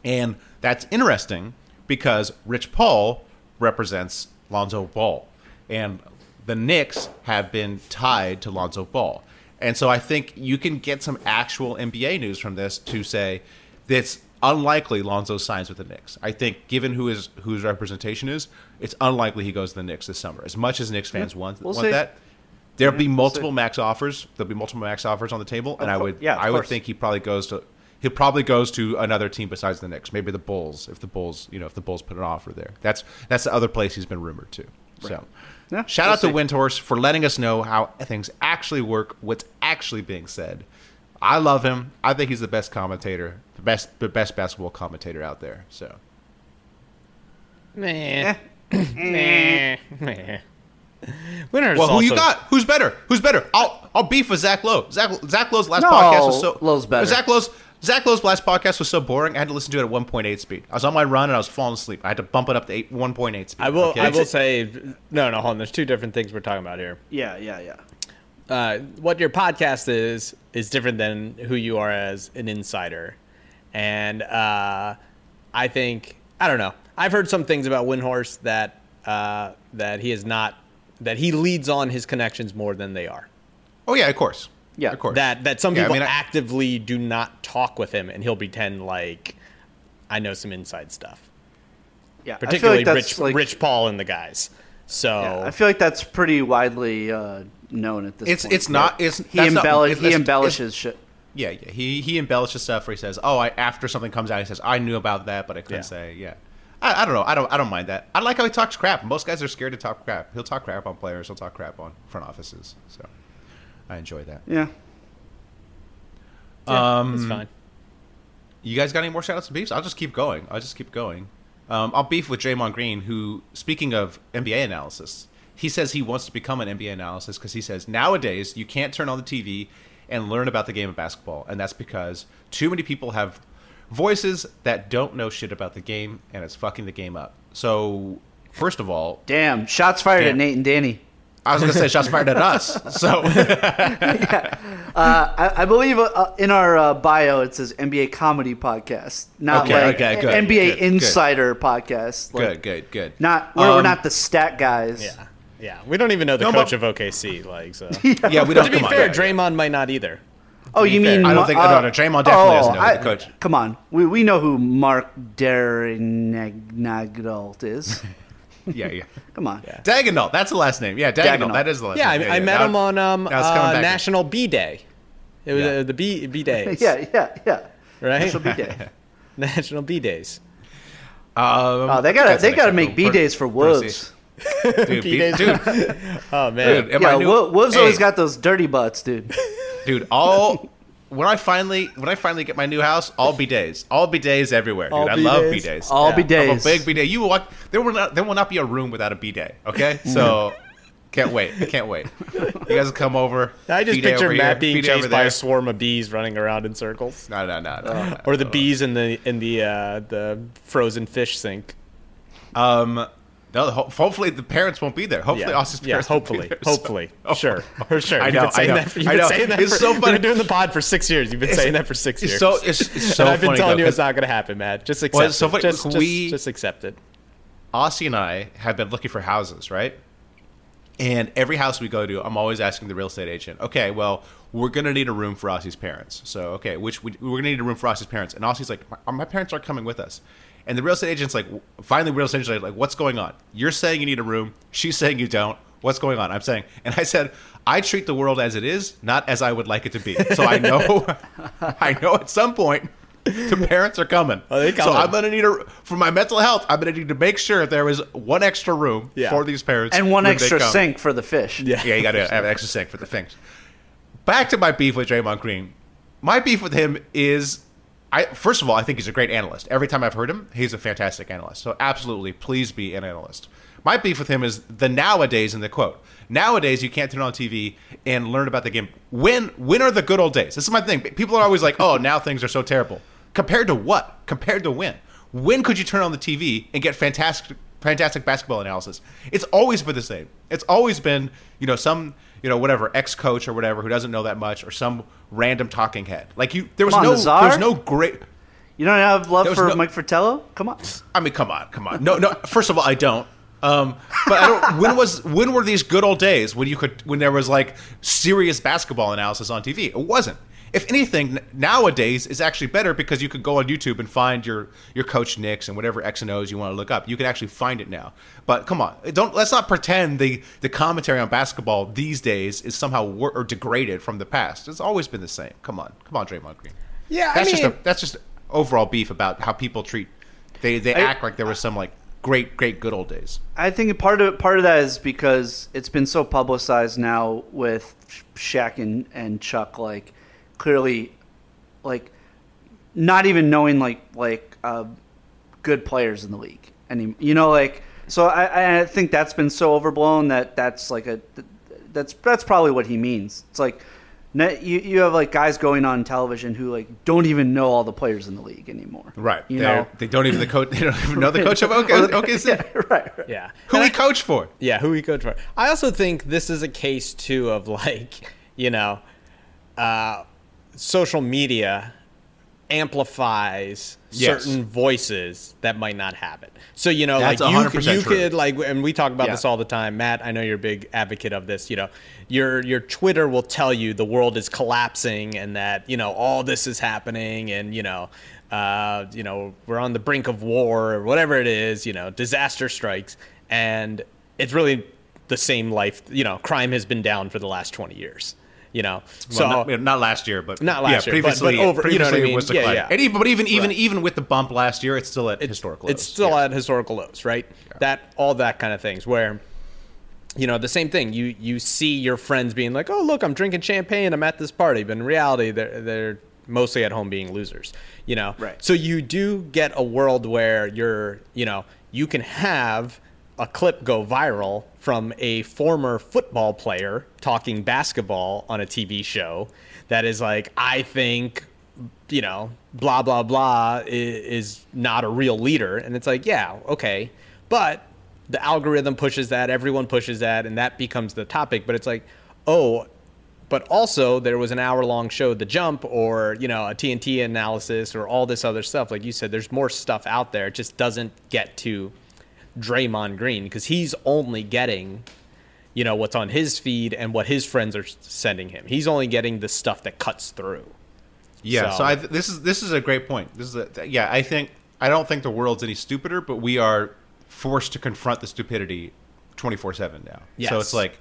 Speaker 10: And that's interesting because Rich Paul represents Lonzo Ball. And the Knicks have been tied to Lonzo Ball. And so I think you can get some actual NBA news from this to say that's unlikely Lonzo signs with the Knicks. I think given who his whose representation is, it's unlikely he goes to the Knicks this summer. As much as Knicks fans want,
Speaker 12: We'll
Speaker 10: want
Speaker 12: see.
Speaker 10: that, There'll be multiple max offers. There'll be multiple max offers on the table, and I would,
Speaker 11: yeah, of
Speaker 10: I would
Speaker 11: course.
Speaker 10: think he probably goes to, he probably goes to another team besides the Knicks. Maybe the Bulls, if the Bulls, you know, if the Bulls put an offer there. That's that's the other place he's been rumored to. So,
Speaker 12: Yeah,
Speaker 10: shout
Speaker 12: we'll
Speaker 10: out to
Speaker 12: see.
Speaker 10: Windhorse for letting us know how things actually work, what's actually being said. I love him. I think he's the best commentator, the best, the best basketball commentator out there. So, Eh.
Speaker 11: Nah. nah. Nah. Winners.
Speaker 10: well, who you
Speaker 11: also-
Speaker 10: got? Who's better? Who's better? I'll I'll beef with Zach Lowe. Zach Zach Lowe's last
Speaker 11: No,
Speaker 10: podcast was so
Speaker 11: Lowe's better.
Speaker 10: Zach Lowe's Zach Lowe's last podcast was so boring. I had to listen to it at 1.8 speed. I was on my run and I was falling asleep. I had to bump it up to eight, 1.8 speed.
Speaker 11: I will.
Speaker 10: okay?
Speaker 11: I will say. No, no, hold on. There's two different things we're talking about here.
Speaker 12: Yeah, yeah, yeah.
Speaker 11: uh, what your podcast is is different than who you are as an insider, and uh, I think I don't know. I've heard some things about Windhorse that uh, that he is not that he leads on his connections more than they are.
Speaker 10: Oh yeah, of course. Yeah, of course.
Speaker 11: That that some
Speaker 10: Yeah, I
Speaker 11: people
Speaker 10: mean, I-
Speaker 11: actively do not talk with him, and he'll pretend like I know some inside stuff.
Speaker 12: Yeah, I feel
Speaker 11: particularly
Speaker 12: like that's,
Speaker 11: Rich
Speaker 12: like-
Speaker 11: Rich Paul and the guys. So
Speaker 12: I feel like that's pretty widely uh, known at this
Speaker 10: It's-
Speaker 12: point.
Speaker 10: it's not-
Speaker 12: Like,
Speaker 10: it's-
Speaker 12: he
Speaker 10: that's not-
Speaker 12: embelli-
Speaker 10: it's-
Speaker 12: he
Speaker 10: it's-
Speaker 12: embellishes shit.
Speaker 10: Yeah, yeah. He he embellishes stuff where he says, "Oh, I after something comes out, he says I knew about that, but I couldn't
Speaker 11: Yeah.
Speaker 10: say." Yeah, I, I don't know. I don't I don't mind that. I like how he talks crap. Most guys are scared to talk crap. He'll talk crap on players. He'll talk crap on front offices. So, I enjoy that.
Speaker 12: Yeah.
Speaker 11: Yeah,
Speaker 10: um,
Speaker 11: it's fine.
Speaker 10: You guys got any more shoutouts and beefs? I'll just keep going. I'll just keep going. Um, I'll beef with Draymond Green, who, speaking of NBA analysis, he says he wants to become an NBA analyst because he says nowadays you can't turn on the TV and learn about the game of basketball, and that's because too many people have voices that don't know shit about the game, and it's fucking the game up. So, first of all,
Speaker 12: Damn, shots fired
Speaker 10: Damn.
Speaker 12: at Nate and Danny.
Speaker 10: I was gonna say shots fired at us. So
Speaker 12: Uh, I, I believe uh, in our uh, bio it says NBA comedy podcast, not
Speaker 10: Okay,
Speaker 12: like
Speaker 10: okay, good,
Speaker 12: NBA
Speaker 10: good, good.
Speaker 12: insider podcast. Like,
Speaker 10: good, good, good.
Speaker 12: Not we're, we're
Speaker 10: Um,
Speaker 12: not the stat guys. Yeah,
Speaker 11: yeah. We don't even know the
Speaker 12: No,
Speaker 11: coach of OKC, like so.
Speaker 10: Yeah, we don't-
Speaker 11: To be
Speaker 10: come on.
Speaker 11: fair, Draymond might not either.
Speaker 12: Oh,
Speaker 11: To be
Speaker 12: you
Speaker 11: fair.
Speaker 12: mean
Speaker 10: I don't
Speaker 12: Ma-
Speaker 10: think-
Speaker 12: uh,
Speaker 10: no, no, Draymond definitely doesn't know who
Speaker 12: I-
Speaker 10: the coach-
Speaker 12: Come on, we we know who Mark Darinagnadolt is.
Speaker 10: yeah, yeah.
Speaker 12: Come on,
Speaker 10: Dagonal, that's the last name. Yeah, Dagonal,
Speaker 12: Dagnall.
Speaker 10: that is the last
Speaker 11: Yeah, I,
Speaker 10: name.
Speaker 11: I met
Speaker 10: now-
Speaker 11: him on um,
Speaker 10: now it's coming
Speaker 11: uh,
Speaker 10: back.
Speaker 11: National B Day. It was
Speaker 10: Yeah.
Speaker 11: uh, the B B days.
Speaker 12: yeah, yeah, yeah.
Speaker 11: right.
Speaker 12: National B Day.
Speaker 11: National B days.
Speaker 10: Um,
Speaker 12: Oh, they gotta they gotta make B days for Wolves.
Speaker 10: Dude, B- dude,
Speaker 11: oh man,
Speaker 10: Dude, am
Speaker 12: yeah,
Speaker 10: I new-
Speaker 12: Wo- Wolves
Speaker 10: Hey.
Speaker 12: always got those dirty butts, dude.
Speaker 10: dude all when i finally when i finally get my new house all be days all be days everywhere dude
Speaker 12: All
Speaker 10: i love
Speaker 12: bidets.
Speaker 10: be days
Speaker 12: All
Speaker 10: i'm a
Speaker 12: bidets.
Speaker 10: big b day you walk there will not there will not be a room without a b day okay
Speaker 12: Mm.
Speaker 10: so can't wait i can't wait you guys will come over
Speaker 11: I just
Speaker 10: B-day
Speaker 11: picture
Speaker 10: over
Speaker 11: Matt
Speaker 10: here,
Speaker 11: being
Speaker 10: B-day over
Speaker 11: chased by
Speaker 10: there.
Speaker 11: a swarm of bees running around in circles.
Speaker 10: No, no, no,
Speaker 12: Oh.
Speaker 10: no.
Speaker 11: Or the bees in the in the uh, the frozen fish sink.
Speaker 10: Um, no, ho- hopefully the parents won't be there. Hopefully
Speaker 11: Yeah.
Speaker 10: Austin's
Speaker 11: Yeah,
Speaker 10: parents.
Speaker 11: hopefully.
Speaker 10: won't be there, Oh,
Speaker 11: Hopefully. sure, for sure.
Speaker 10: I
Speaker 11: You've
Speaker 10: know,
Speaker 11: been
Speaker 10: I
Speaker 11: saying
Speaker 10: know,
Speaker 11: that. For, you've
Speaker 10: I
Speaker 11: been
Speaker 10: know.
Speaker 11: saying that.
Speaker 10: It's
Speaker 11: for,
Speaker 10: so funny.
Speaker 11: We've been doing the pod for six years. You've been
Speaker 10: It's-
Speaker 11: saying that for six
Speaker 10: it's
Speaker 11: years.
Speaker 10: so- it's- it's so
Speaker 11: and I've been
Speaker 10: funny,
Speaker 11: telling
Speaker 10: though,
Speaker 11: you it's
Speaker 10: 'cause-
Speaker 11: not going to happen, Matt. Just accept
Speaker 10: Well, it's so
Speaker 11: it.
Speaker 10: funny,
Speaker 11: Just,
Speaker 10: 'cause
Speaker 11: just-
Speaker 10: we-
Speaker 11: just accept it.
Speaker 10: Aussie and I have been looking for houses, right? And every house we go to, I'm always asking the real estate agent, okay, well, we're going to need a room for Aussie's parents. So, okay, which we, we're going to need a room for Aussie's parents. And Aussie's like, my, my parents aren't coming with us. And the real estate agent's like, finally, real estate agent's like, what's going on? You're saying you need a room. She's saying you don't. What's going on? I'm saying, and I said, I treat the world as it is, not as I would like it to be. So I know, I know at some point the parents are coming.
Speaker 11: they
Speaker 10: So
Speaker 11: coming.
Speaker 10: I'm gonna need a for my mental health. I'm gonna need to make sure there is one extra room
Speaker 12: Yeah.
Speaker 10: for these parents
Speaker 12: and one
Speaker 10: when they
Speaker 12: extra
Speaker 10: come.
Speaker 12: sink for the fish.
Speaker 10: Yeah, you gotta have an extra sink for the things. Back to my beef with Draymond Green. My beef with him is, I first of all, I think he's a great analyst. Every time I've heard him, he's a fantastic analyst. So absolutely, please be an analyst. My beef with him is the nowadays in the quote. Nowadays, you can't turn on TV and learn about the game. When when are the good old days? This is my thing. People are always like, oh, now things are so terrible. Compared to what? Compared to when? When could you turn on the TV and get fantastic fantastic basketball analysis. It's always been the same. It's always been, you know, some, you know, whatever ex coach or whatever who doesn't know that much or some random talking head. Like you there was
Speaker 12: Come on,
Speaker 10: no
Speaker 12: the Czar?
Speaker 10: there was no great
Speaker 12: You don't have love
Speaker 10: There was
Speaker 12: for
Speaker 10: no-
Speaker 12: Mike Fratello? Come on.
Speaker 10: I mean, come on, come on. No, no, first of all, I don't. Um, but I don't when was when were these good old days when you could when there was like serious basketball analysis on TV? It wasn't. if anything, n- nowadays is actually better because you could go on YouTube and find your your coach Nicks and whatever X and O's you want to look up. You can actually find it now. But come on, don't let's not pretend the the commentary on basketball these days is somehow wor- or degraded from the past. It's always been the same. Come on, come on, Draymond Green.
Speaker 11: Yeah, I
Speaker 10: that's
Speaker 11: mean-
Speaker 10: just a, that's just overall beef about how people treat. They they
Speaker 12: I-
Speaker 10: act like there was some like great great good old days.
Speaker 12: I think part of part of that is because it's been so publicized now with Shaq and, and Chuck, like clearly, like not even knowing like like uh, good players in the league, and you know like so I, I think that's been so overblown that that's like a that's that's probably what he means. It's like ne- you you have like guys going on television who like don't even know all the players in the league anymore.
Speaker 10: Right.
Speaker 12: You
Speaker 10: They're-
Speaker 12: know.
Speaker 10: they don't even the coach. They don't even know the coach of OK, OKC.
Speaker 12: right,
Speaker 11: Yeah.
Speaker 10: Who he coached for?
Speaker 11: Yeah, who he coached for. I also think this is a case too of like, you know, uh, social media amplifies
Speaker 10: Yes.
Speaker 11: certain voices that might not have it. So you know,
Speaker 10: That's
Speaker 11: like you, could-
Speaker 10: 100%
Speaker 11: you
Speaker 10: true.
Speaker 11: could like, and we talk about
Speaker 10: Yeah.
Speaker 11: this all the time. Matt, I know you're a big advocate of this. You know, your your Twitter will tell you the world is collapsing and that you know all this is happening and you know, uh, you know we're on the brink of war or whatever it is. You know, disaster strikes, and it's really the same life. You know, crime has been down for the last twenty years. You know, so
Speaker 10: Well, not, not last year, but
Speaker 11: Not last
Speaker 10: yeah,
Speaker 11: year, but-
Speaker 10: Previously,
Speaker 11: but over- you know what
Speaker 10: previously
Speaker 11: I
Speaker 10: it
Speaker 11: mean?
Speaker 10: was
Speaker 11: Yeah,
Speaker 10: declining.
Speaker 11: yeah.
Speaker 10: And even, but even even even with the bump last year, it's still at historical.
Speaker 11: it's still at historical lows, right? That all that kind of things where you know the same thing you you see your friends being like oh look i'm drinking champagne i'm at this party but in reality they're they're mostly at home being losers you know right so you do get a world where you're you know you can have a clip go viral from a former football player talking basketball on a tv show that is like i think you know blah blah blah i- is not a real leader and it's like yeah okay but the algorithm pushes that, everyone pushes that, and that becomes the topic. But it's like, oh, but also there was an hour long show, The Jump, or, you know, a TNT analysis, or all this other stuff. Like you said, there's more stuff out there. It just doesn't get to Draymond Green because he's only getting, you know, what's on his feed and what his friends are s- sending him. He's only getting the stuff that cuts through.
Speaker 10: Yeah. So, I, this is this is a great point. This is a, th- yeah. I think I don't think the world's any stupider, but we are forced to confront the stupidity twenty four seven now. So
Speaker 11: Yes.
Speaker 10: it's like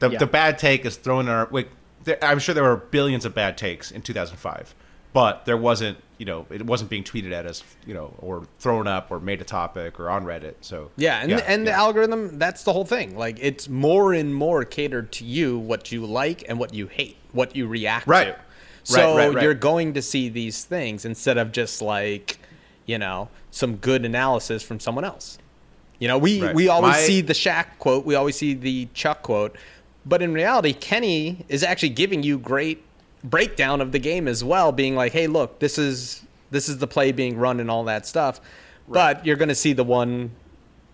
Speaker 10: the
Speaker 11: Yeah.
Speaker 10: the bad take is thrown in our. Like, there, I'm sure there were billions of bad takes in two thousand five, but there wasn't. You know, it wasn't being tweeted at us. You know, or thrown up, or made a topic, or on Reddit. So
Speaker 11: Yeah, and and the algorithm, that's the whole thing. Like it's more and more catered to you what you like and what you hate, what you react
Speaker 10: Right.
Speaker 11: to.
Speaker 10: Right,
Speaker 11: So
Speaker 10: right, right.
Speaker 11: you're going to see these things instead of just like, you know, some good analysis from someone else. You know, we
Speaker 10: Right.
Speaker 11: we always
Speaker 10: My-
Speaker 11: see the Shaq quote, we always see the Chuck quote, but in reality, Kenny is actually giving you great breakdown of the game as well, being like, "Hey, look, this is this is the play being run and all that stuff." But you're going to see the one,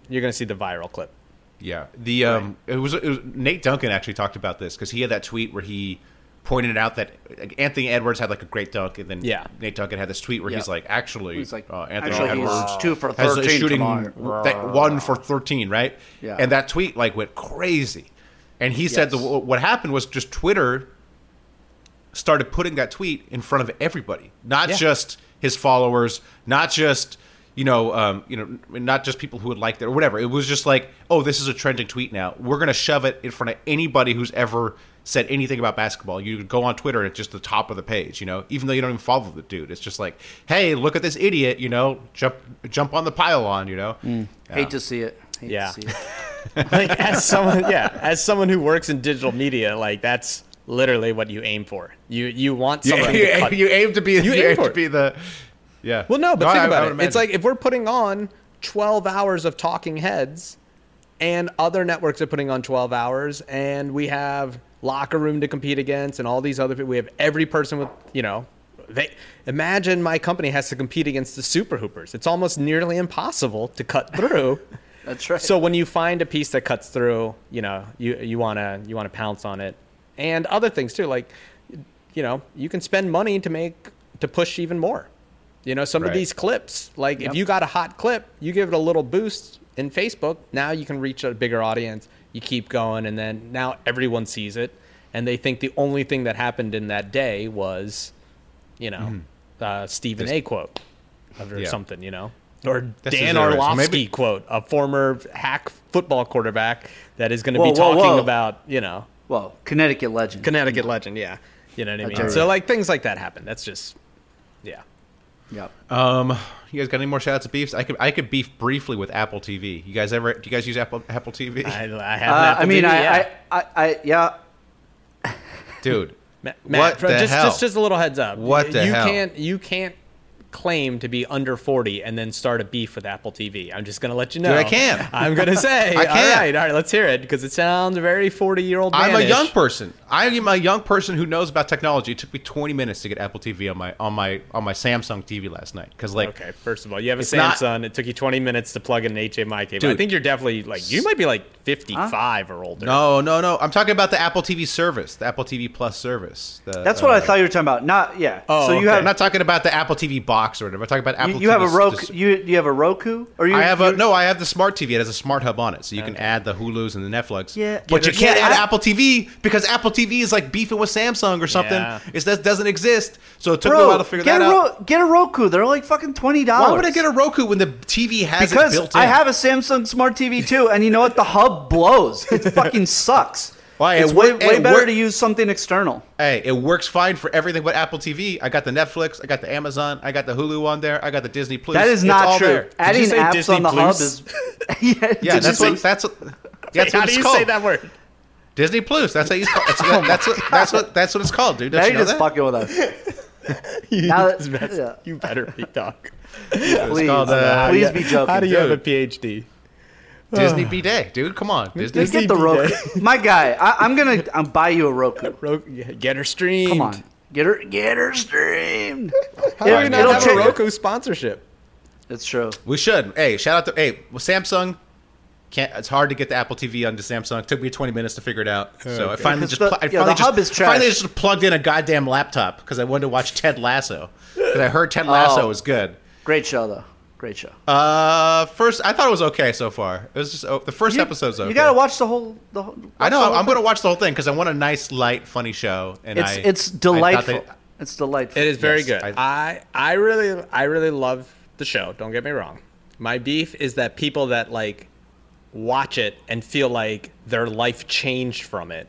Speaker 11: you're going to see the viral clip.
Speaker 10: Yeah, the um, it was, it was Nate Duncan actually talked about this because he had that tweet where he pointed out that like, Anthony Edwards had like a great dunk, and then
Speaker 11: Yeah.
Speaker 10: Nate Duncan had this tweet where
Speaker 11: Yeah.
Speaker 10: he's like, actually,
Speaker 11: He's like,
Speaker 10: uh, Anthony
Speaker 11: actually, he's
Speaker 10: Edwards
Speaker 11: two for
Speaker 10: has a
Speaker 11: 13
Speaker 10: shooting
Speaker 11: tomorrow.
Speaker 10: that one for thirteen, right?
Speaker 11: Yeah.
Speaker 10: and that tweet like went crazy, and he said the, what happened was just Twitter started putting that tweet in front of everybody, not
Speaker 11: Yeah.
Speaker 10: just his followers, not just you know, um, you know, not just people who would like that or whatever. It was just like, oh, this is a trending tweet now. We're gonna shove it in front of anybody who's ever said anything about basketball. You go on Twitter and it's just the top of the page, you know, even though you don't even follow the dude. It's just like, hey, look at this idiot, you know, jump jump on the pylon, you know.
Speaker 11: Mm.
Speaker 12: Hate to see it. Hate
Speaker 11: Yeah.
Speaker 12: To see it.
Speaker 11: like as someone, yeah, as someone who works in digital media, like that's literally what you aim for. You you want
Speaker 10: You,
Speaker 11: something
Speaker 10: you,
Speaker 11: to
Speaker 10: aim,
Speaker 11: cut.
Speaker 10: you aim to be
Speaker 11: You
Speaker 10: you,
Speaker 11: aim
Speaker 10: aim
Speaker 11: for
Speaker 10: to
Speaker 11: it.
Speaker 10: be the yeah.
Speaker 11: Well, no, but
Speaker 10: I-
Speaker 11: think
Speaker 10: I would
Speaker 11: about it. It's
Speaker 10: imagine.
Speaker 11: like if we're putting on 12 hours of talking heads and other networks are putting on 12 hours and we have locker room to compete against and all these other people, we have every person with, you know, they imagine my company has to compete against the super hoopers. It's almost nearly impossible to cut through.
Speaker 12: That's right.
Speaker 11: So when you find a piece that cuts through, you know, you you want to you want to pounce on it. And other things too, like you know, you can spend money to make to push even more. You know, some of
Speaker 10: Right.
Speaker 11: these clips, like
Speaker 10: Yep.
Speaker 11: if you got a hot clip, you give it a little boost in Facebook, now you can reach a bigger audience. You keep going and then now everyone sees it and they think the only thing that happened in that day was, you know, mm. uh, Stephen this, A. quote or yeah. something, you know, or this Dan Orlovsky Maybe. quote, a former hack football quarterback that is going to be talking whoa. about, you know,
Speaker 12: well, Connecticut legend,
Speaker 11: Connecticut legend, yeah, you know what I mean. So like things like that happen. That's just, yeah.
Speaker 12: Yep.
Speaker 10: Um, you guys got any more shout-outs at beefs? I could I could beef briefly with Apple TV. You guys ever do you guys use Apple Apple TV?
Speaker 11: I, I have. Uh,
Speaker 12: I mean,
Speaker 11: TV,
Speaker 12: I, yeah. I, I, I, yeah.
Speaker 10: Dude,
Speaker 11: Matt, what the just, hell? Just, just a little heads up.
Speaker 10: What the
Speaker 11: you
Speaker 10: hell?
Speaker 11: can't you can't claim to be under 40 and then start a beef with Apple TV. I'm just going to let you know.
Speaker 10: Dude, I can.
Speaker 11: I'm going to say. I can. All right, all right, let's hear it because it sounds very 40 year old.
Speaker 10: I'm a young person. I'm a young person who knows about technology. It took me 20 minutes to get Apple TV on my on my on my Samsung TV last night because like
Speaker 11: okay, first of all, you have a Samsung. Not, it took you 20 minutes to plug in an HDMI cable. Dude, I think you're definitely like you might be like 55 huh? or older.
Speaker 10: No, no, no. I'm talking about the Apple TV service, the Apple TV Plus service. The,
Speaker 12: That's uh, what I thought you were talking about. Not yeah.
Speaker 10: Oh, so you okay. have, I'm not talking about the Apple TV box box or whatever. I talk about Apple.
Speaker 12: You, you have a Roku. Dis- you you have a Roku, or you,
Speaker 10: I have
Speaker 12: you,
Speaker 10: a no. I have the smart TV. It has a smart hub on it, so you okay. can add the Hulu's and the Netflix.
Speaker 12: Yeah,
Speaker 10: but
Speaker 12: yeah,
Speaker 10: you can't yeah, add I, Apple TV because Apple TV is like beefing with Samsung or something. Yeah. It's, that doesn't exist. So it took Bro, me a while to figure
Speaker 12: get
Speaker 10: that
Speaker 12: a
Speaker 10: Ro- out.
Speaker 12: Get a Roku. They're like fucking twenty dollars.
Speaker 10: Why would I get a Roku when the TV has
Speaker 12: because
Speaker 10: built in?
Speaker 12: I have a Samsung smart TV too, and you know what? The hub blows. It fucking sucks. Why? It's it way, way it better work- to use something external.
Speaker 10: Hey, it works fine for everything but Apple TV. I got the Netflix, I got the Amazon, I got the Hulu on there, I got the Disney Plus.
Speaker 12: That is not true.
Speaker 10: There.
Speaker 12: Adding apps Disney on the Plus? hub is
Speaker 10: yeah, yeah that's what, that's what that's
Speaker 11: How
Speaker 10: what
Speaker 11: do you
Speaker 10: called.
Speaker 11: say that word?
Speaker 10: Disney Plus. That's how you. Call, that's, oh that's what, that's what that's what it's called, dude.
Speaker 12: Don't now
Speaker 10: you
Speaker 12: just
Speaker 10: that?
Speaker 12: fucking with us.
Speaker 11: you, that, yeah. you better be talk.
Speaker 12: please, called, uh, please be joking.
Speaker 11: How do you dude. have a PhD?
Speaker 10: Disney B Day, dude. Come on, Disney.
Speaker 12: Get the Roku, my guy. I, am gonna I'm buy you a Roku. Roku.
Speaker 11: Get her streamed.
Speaker 12: Come on, get her get her streamed.
Speaker 11: How it, do we not have a Roku sponsorship?
Speaker 12: It's true.
Speaker 10: We should. Hey, shout out to hey well, Samsung. Can't, it's hard to get the Apple TV onto Samsung. It took me 20 minutes to figure it out. Oh, so okay. I finally just,
Speaker 12: the,
Speaker 10: pl- I
Speaker 12: yeah,
Speaker 10: finally,
Speaker 12: the hub
Speaker 10: just,
Speaker 12: is trash.
Speaker 10: finally just plugged in a goddamn laptop because I wanted to watch Ted Lasso. Because I heard Ted Lasso oh. was good.
Speaker 12: Great show, though. Great show.
Speaker 10: Uh, first I thought it was okay so far. It was just oh, the first
Speaker 12: you,
Speaker 10: episode's okay.
Speaker 12: You gotta watch the whole. The whole
Speaker 10: I know.
Speaker 12: Whole
Speaker 10: I'm thing. gonna watch the whole thing because I want a nice, light, funny show. And
Speaker 12: it's
Speaker 10: I,
Speaker 12: it's delightful. They, it's delightful.
Speaker 11: It is very yes, good. I, I I really I really love the show. Don't get me wrong. My beef is that people that like watch it and feel like their life changed from it.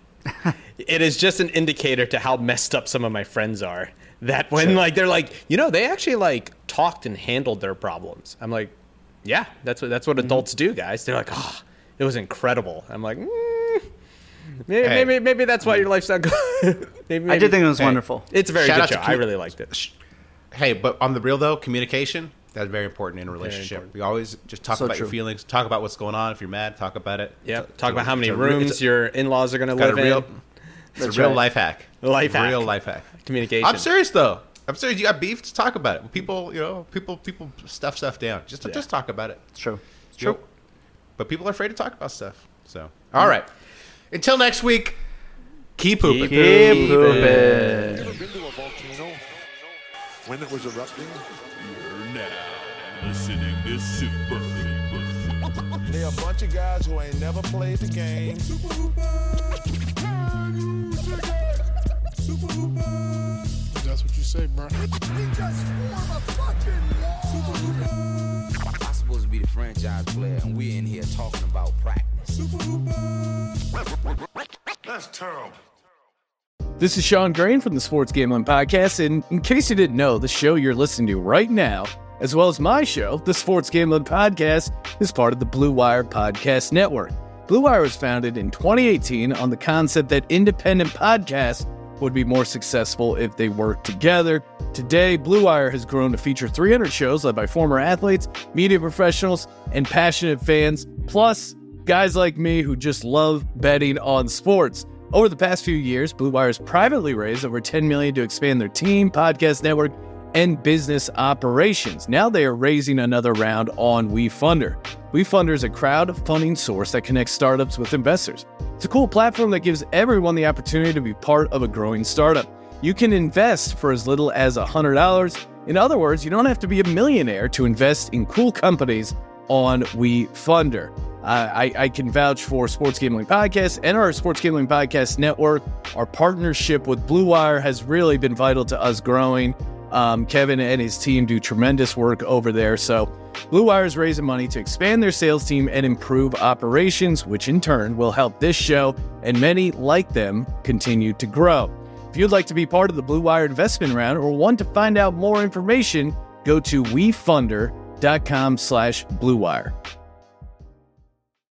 Speaker 11: it is just an indicator to how messed up some of my friends are that when sure. like they're like you know they actually like talked and handled their problems i'm like yeah that's what that's what mm-hmm. adults do guys they're like oh it was incredible i'm like mm, maybe, hey. maybe, maybe that's why your life's not good maybe, maybe, i
Speaker 12: did think it was hey. wonderful
Speaker 11: it's a very Shout good show commu- i really liked it
Speaker 10: hey but on the real though communication that's very important in a relationship. You always just talk so about true. your feelings, talk about what's going on. If you're mad, talk about it.
Speaker 11: Yeah, talk, talk about how many rooms a, your in-laws are going to live
Speaker 10: real,
Speaker 11: in.
Speaker 10: It's That's a real right. life hack.
Speaker 11: Life hack.
Speaker 10: Real life hack.
Speaker 11: Communication.
Speaker 10: I'm serious though. I'm serious. You got beef? Just talk about it. People, you know, people, people stuff stuff down. Just, yeah. just talk about it.
Speaker 12: It's true. It's true. Yep.
Speaker 10: But people are afraid to talk about stuff. So, all mm-hmm. right. Until next week, keep pooping.
Speaker 12: Keep, keep pooping. Ever
Speaker 4: been to a volcano when it was erupting?
Speaker 5: You're now listening to Super.
Speaker 3: They're a bunch of guys who ain't never played the game. Super Hoopers! Can you dig it? Super Hoopers! That's what you say, bro.
Speaker 7: We just form a fucking wall! Super Hoopers!
Speaker 9: I'm supposed to be the franchise player, and we're in here talking about practice. Super Hoopers!
Speaker 6: That's terrible.
Speaker 14: This is Sean Green from the Sports Gambling Podcast, and in case you didn't know, the show you're listening to right now as well as my show, the Sports Gambling Podcast, is part of the Blue Wire Podcast Network. Blue Wire was founded in 2018 on the concept that independent podcasts would be more successful if they worked together. Today, Blue Wire has grown to feature 300 shows led by former athletes, media professionals, and passionate fans, plus guys like me who just love betting on sports. Over the past few years, Blue Wire's privately raised over 10 million to expand their team, podcast network, and business operations. Now they are raising another round on WeFunder. WeFunder is a crowd funding source that connects startups with investors. It's a cool platform that gives everyone the opportunity to be part of a growing startup. You can invest for as little as $100. In other words, you don't have to be a millionaire to invest in cool companies on WeFunder. Uh, I, I, can vouch for Sports Gambling Podcast and our Sports Gambling Podcast Network. Our partnership with Blue Wire has really been vital to us growing. Um, Kevin and his team do tremendous work over there. So, Blue Wire is raising money to expand their sales team and improve operations, which in turn will help this show and many like them continue to grow. If you'd like to be part of the Blue Wire investment round or want to find out more information, go to wefunder.com slash Blue Wire.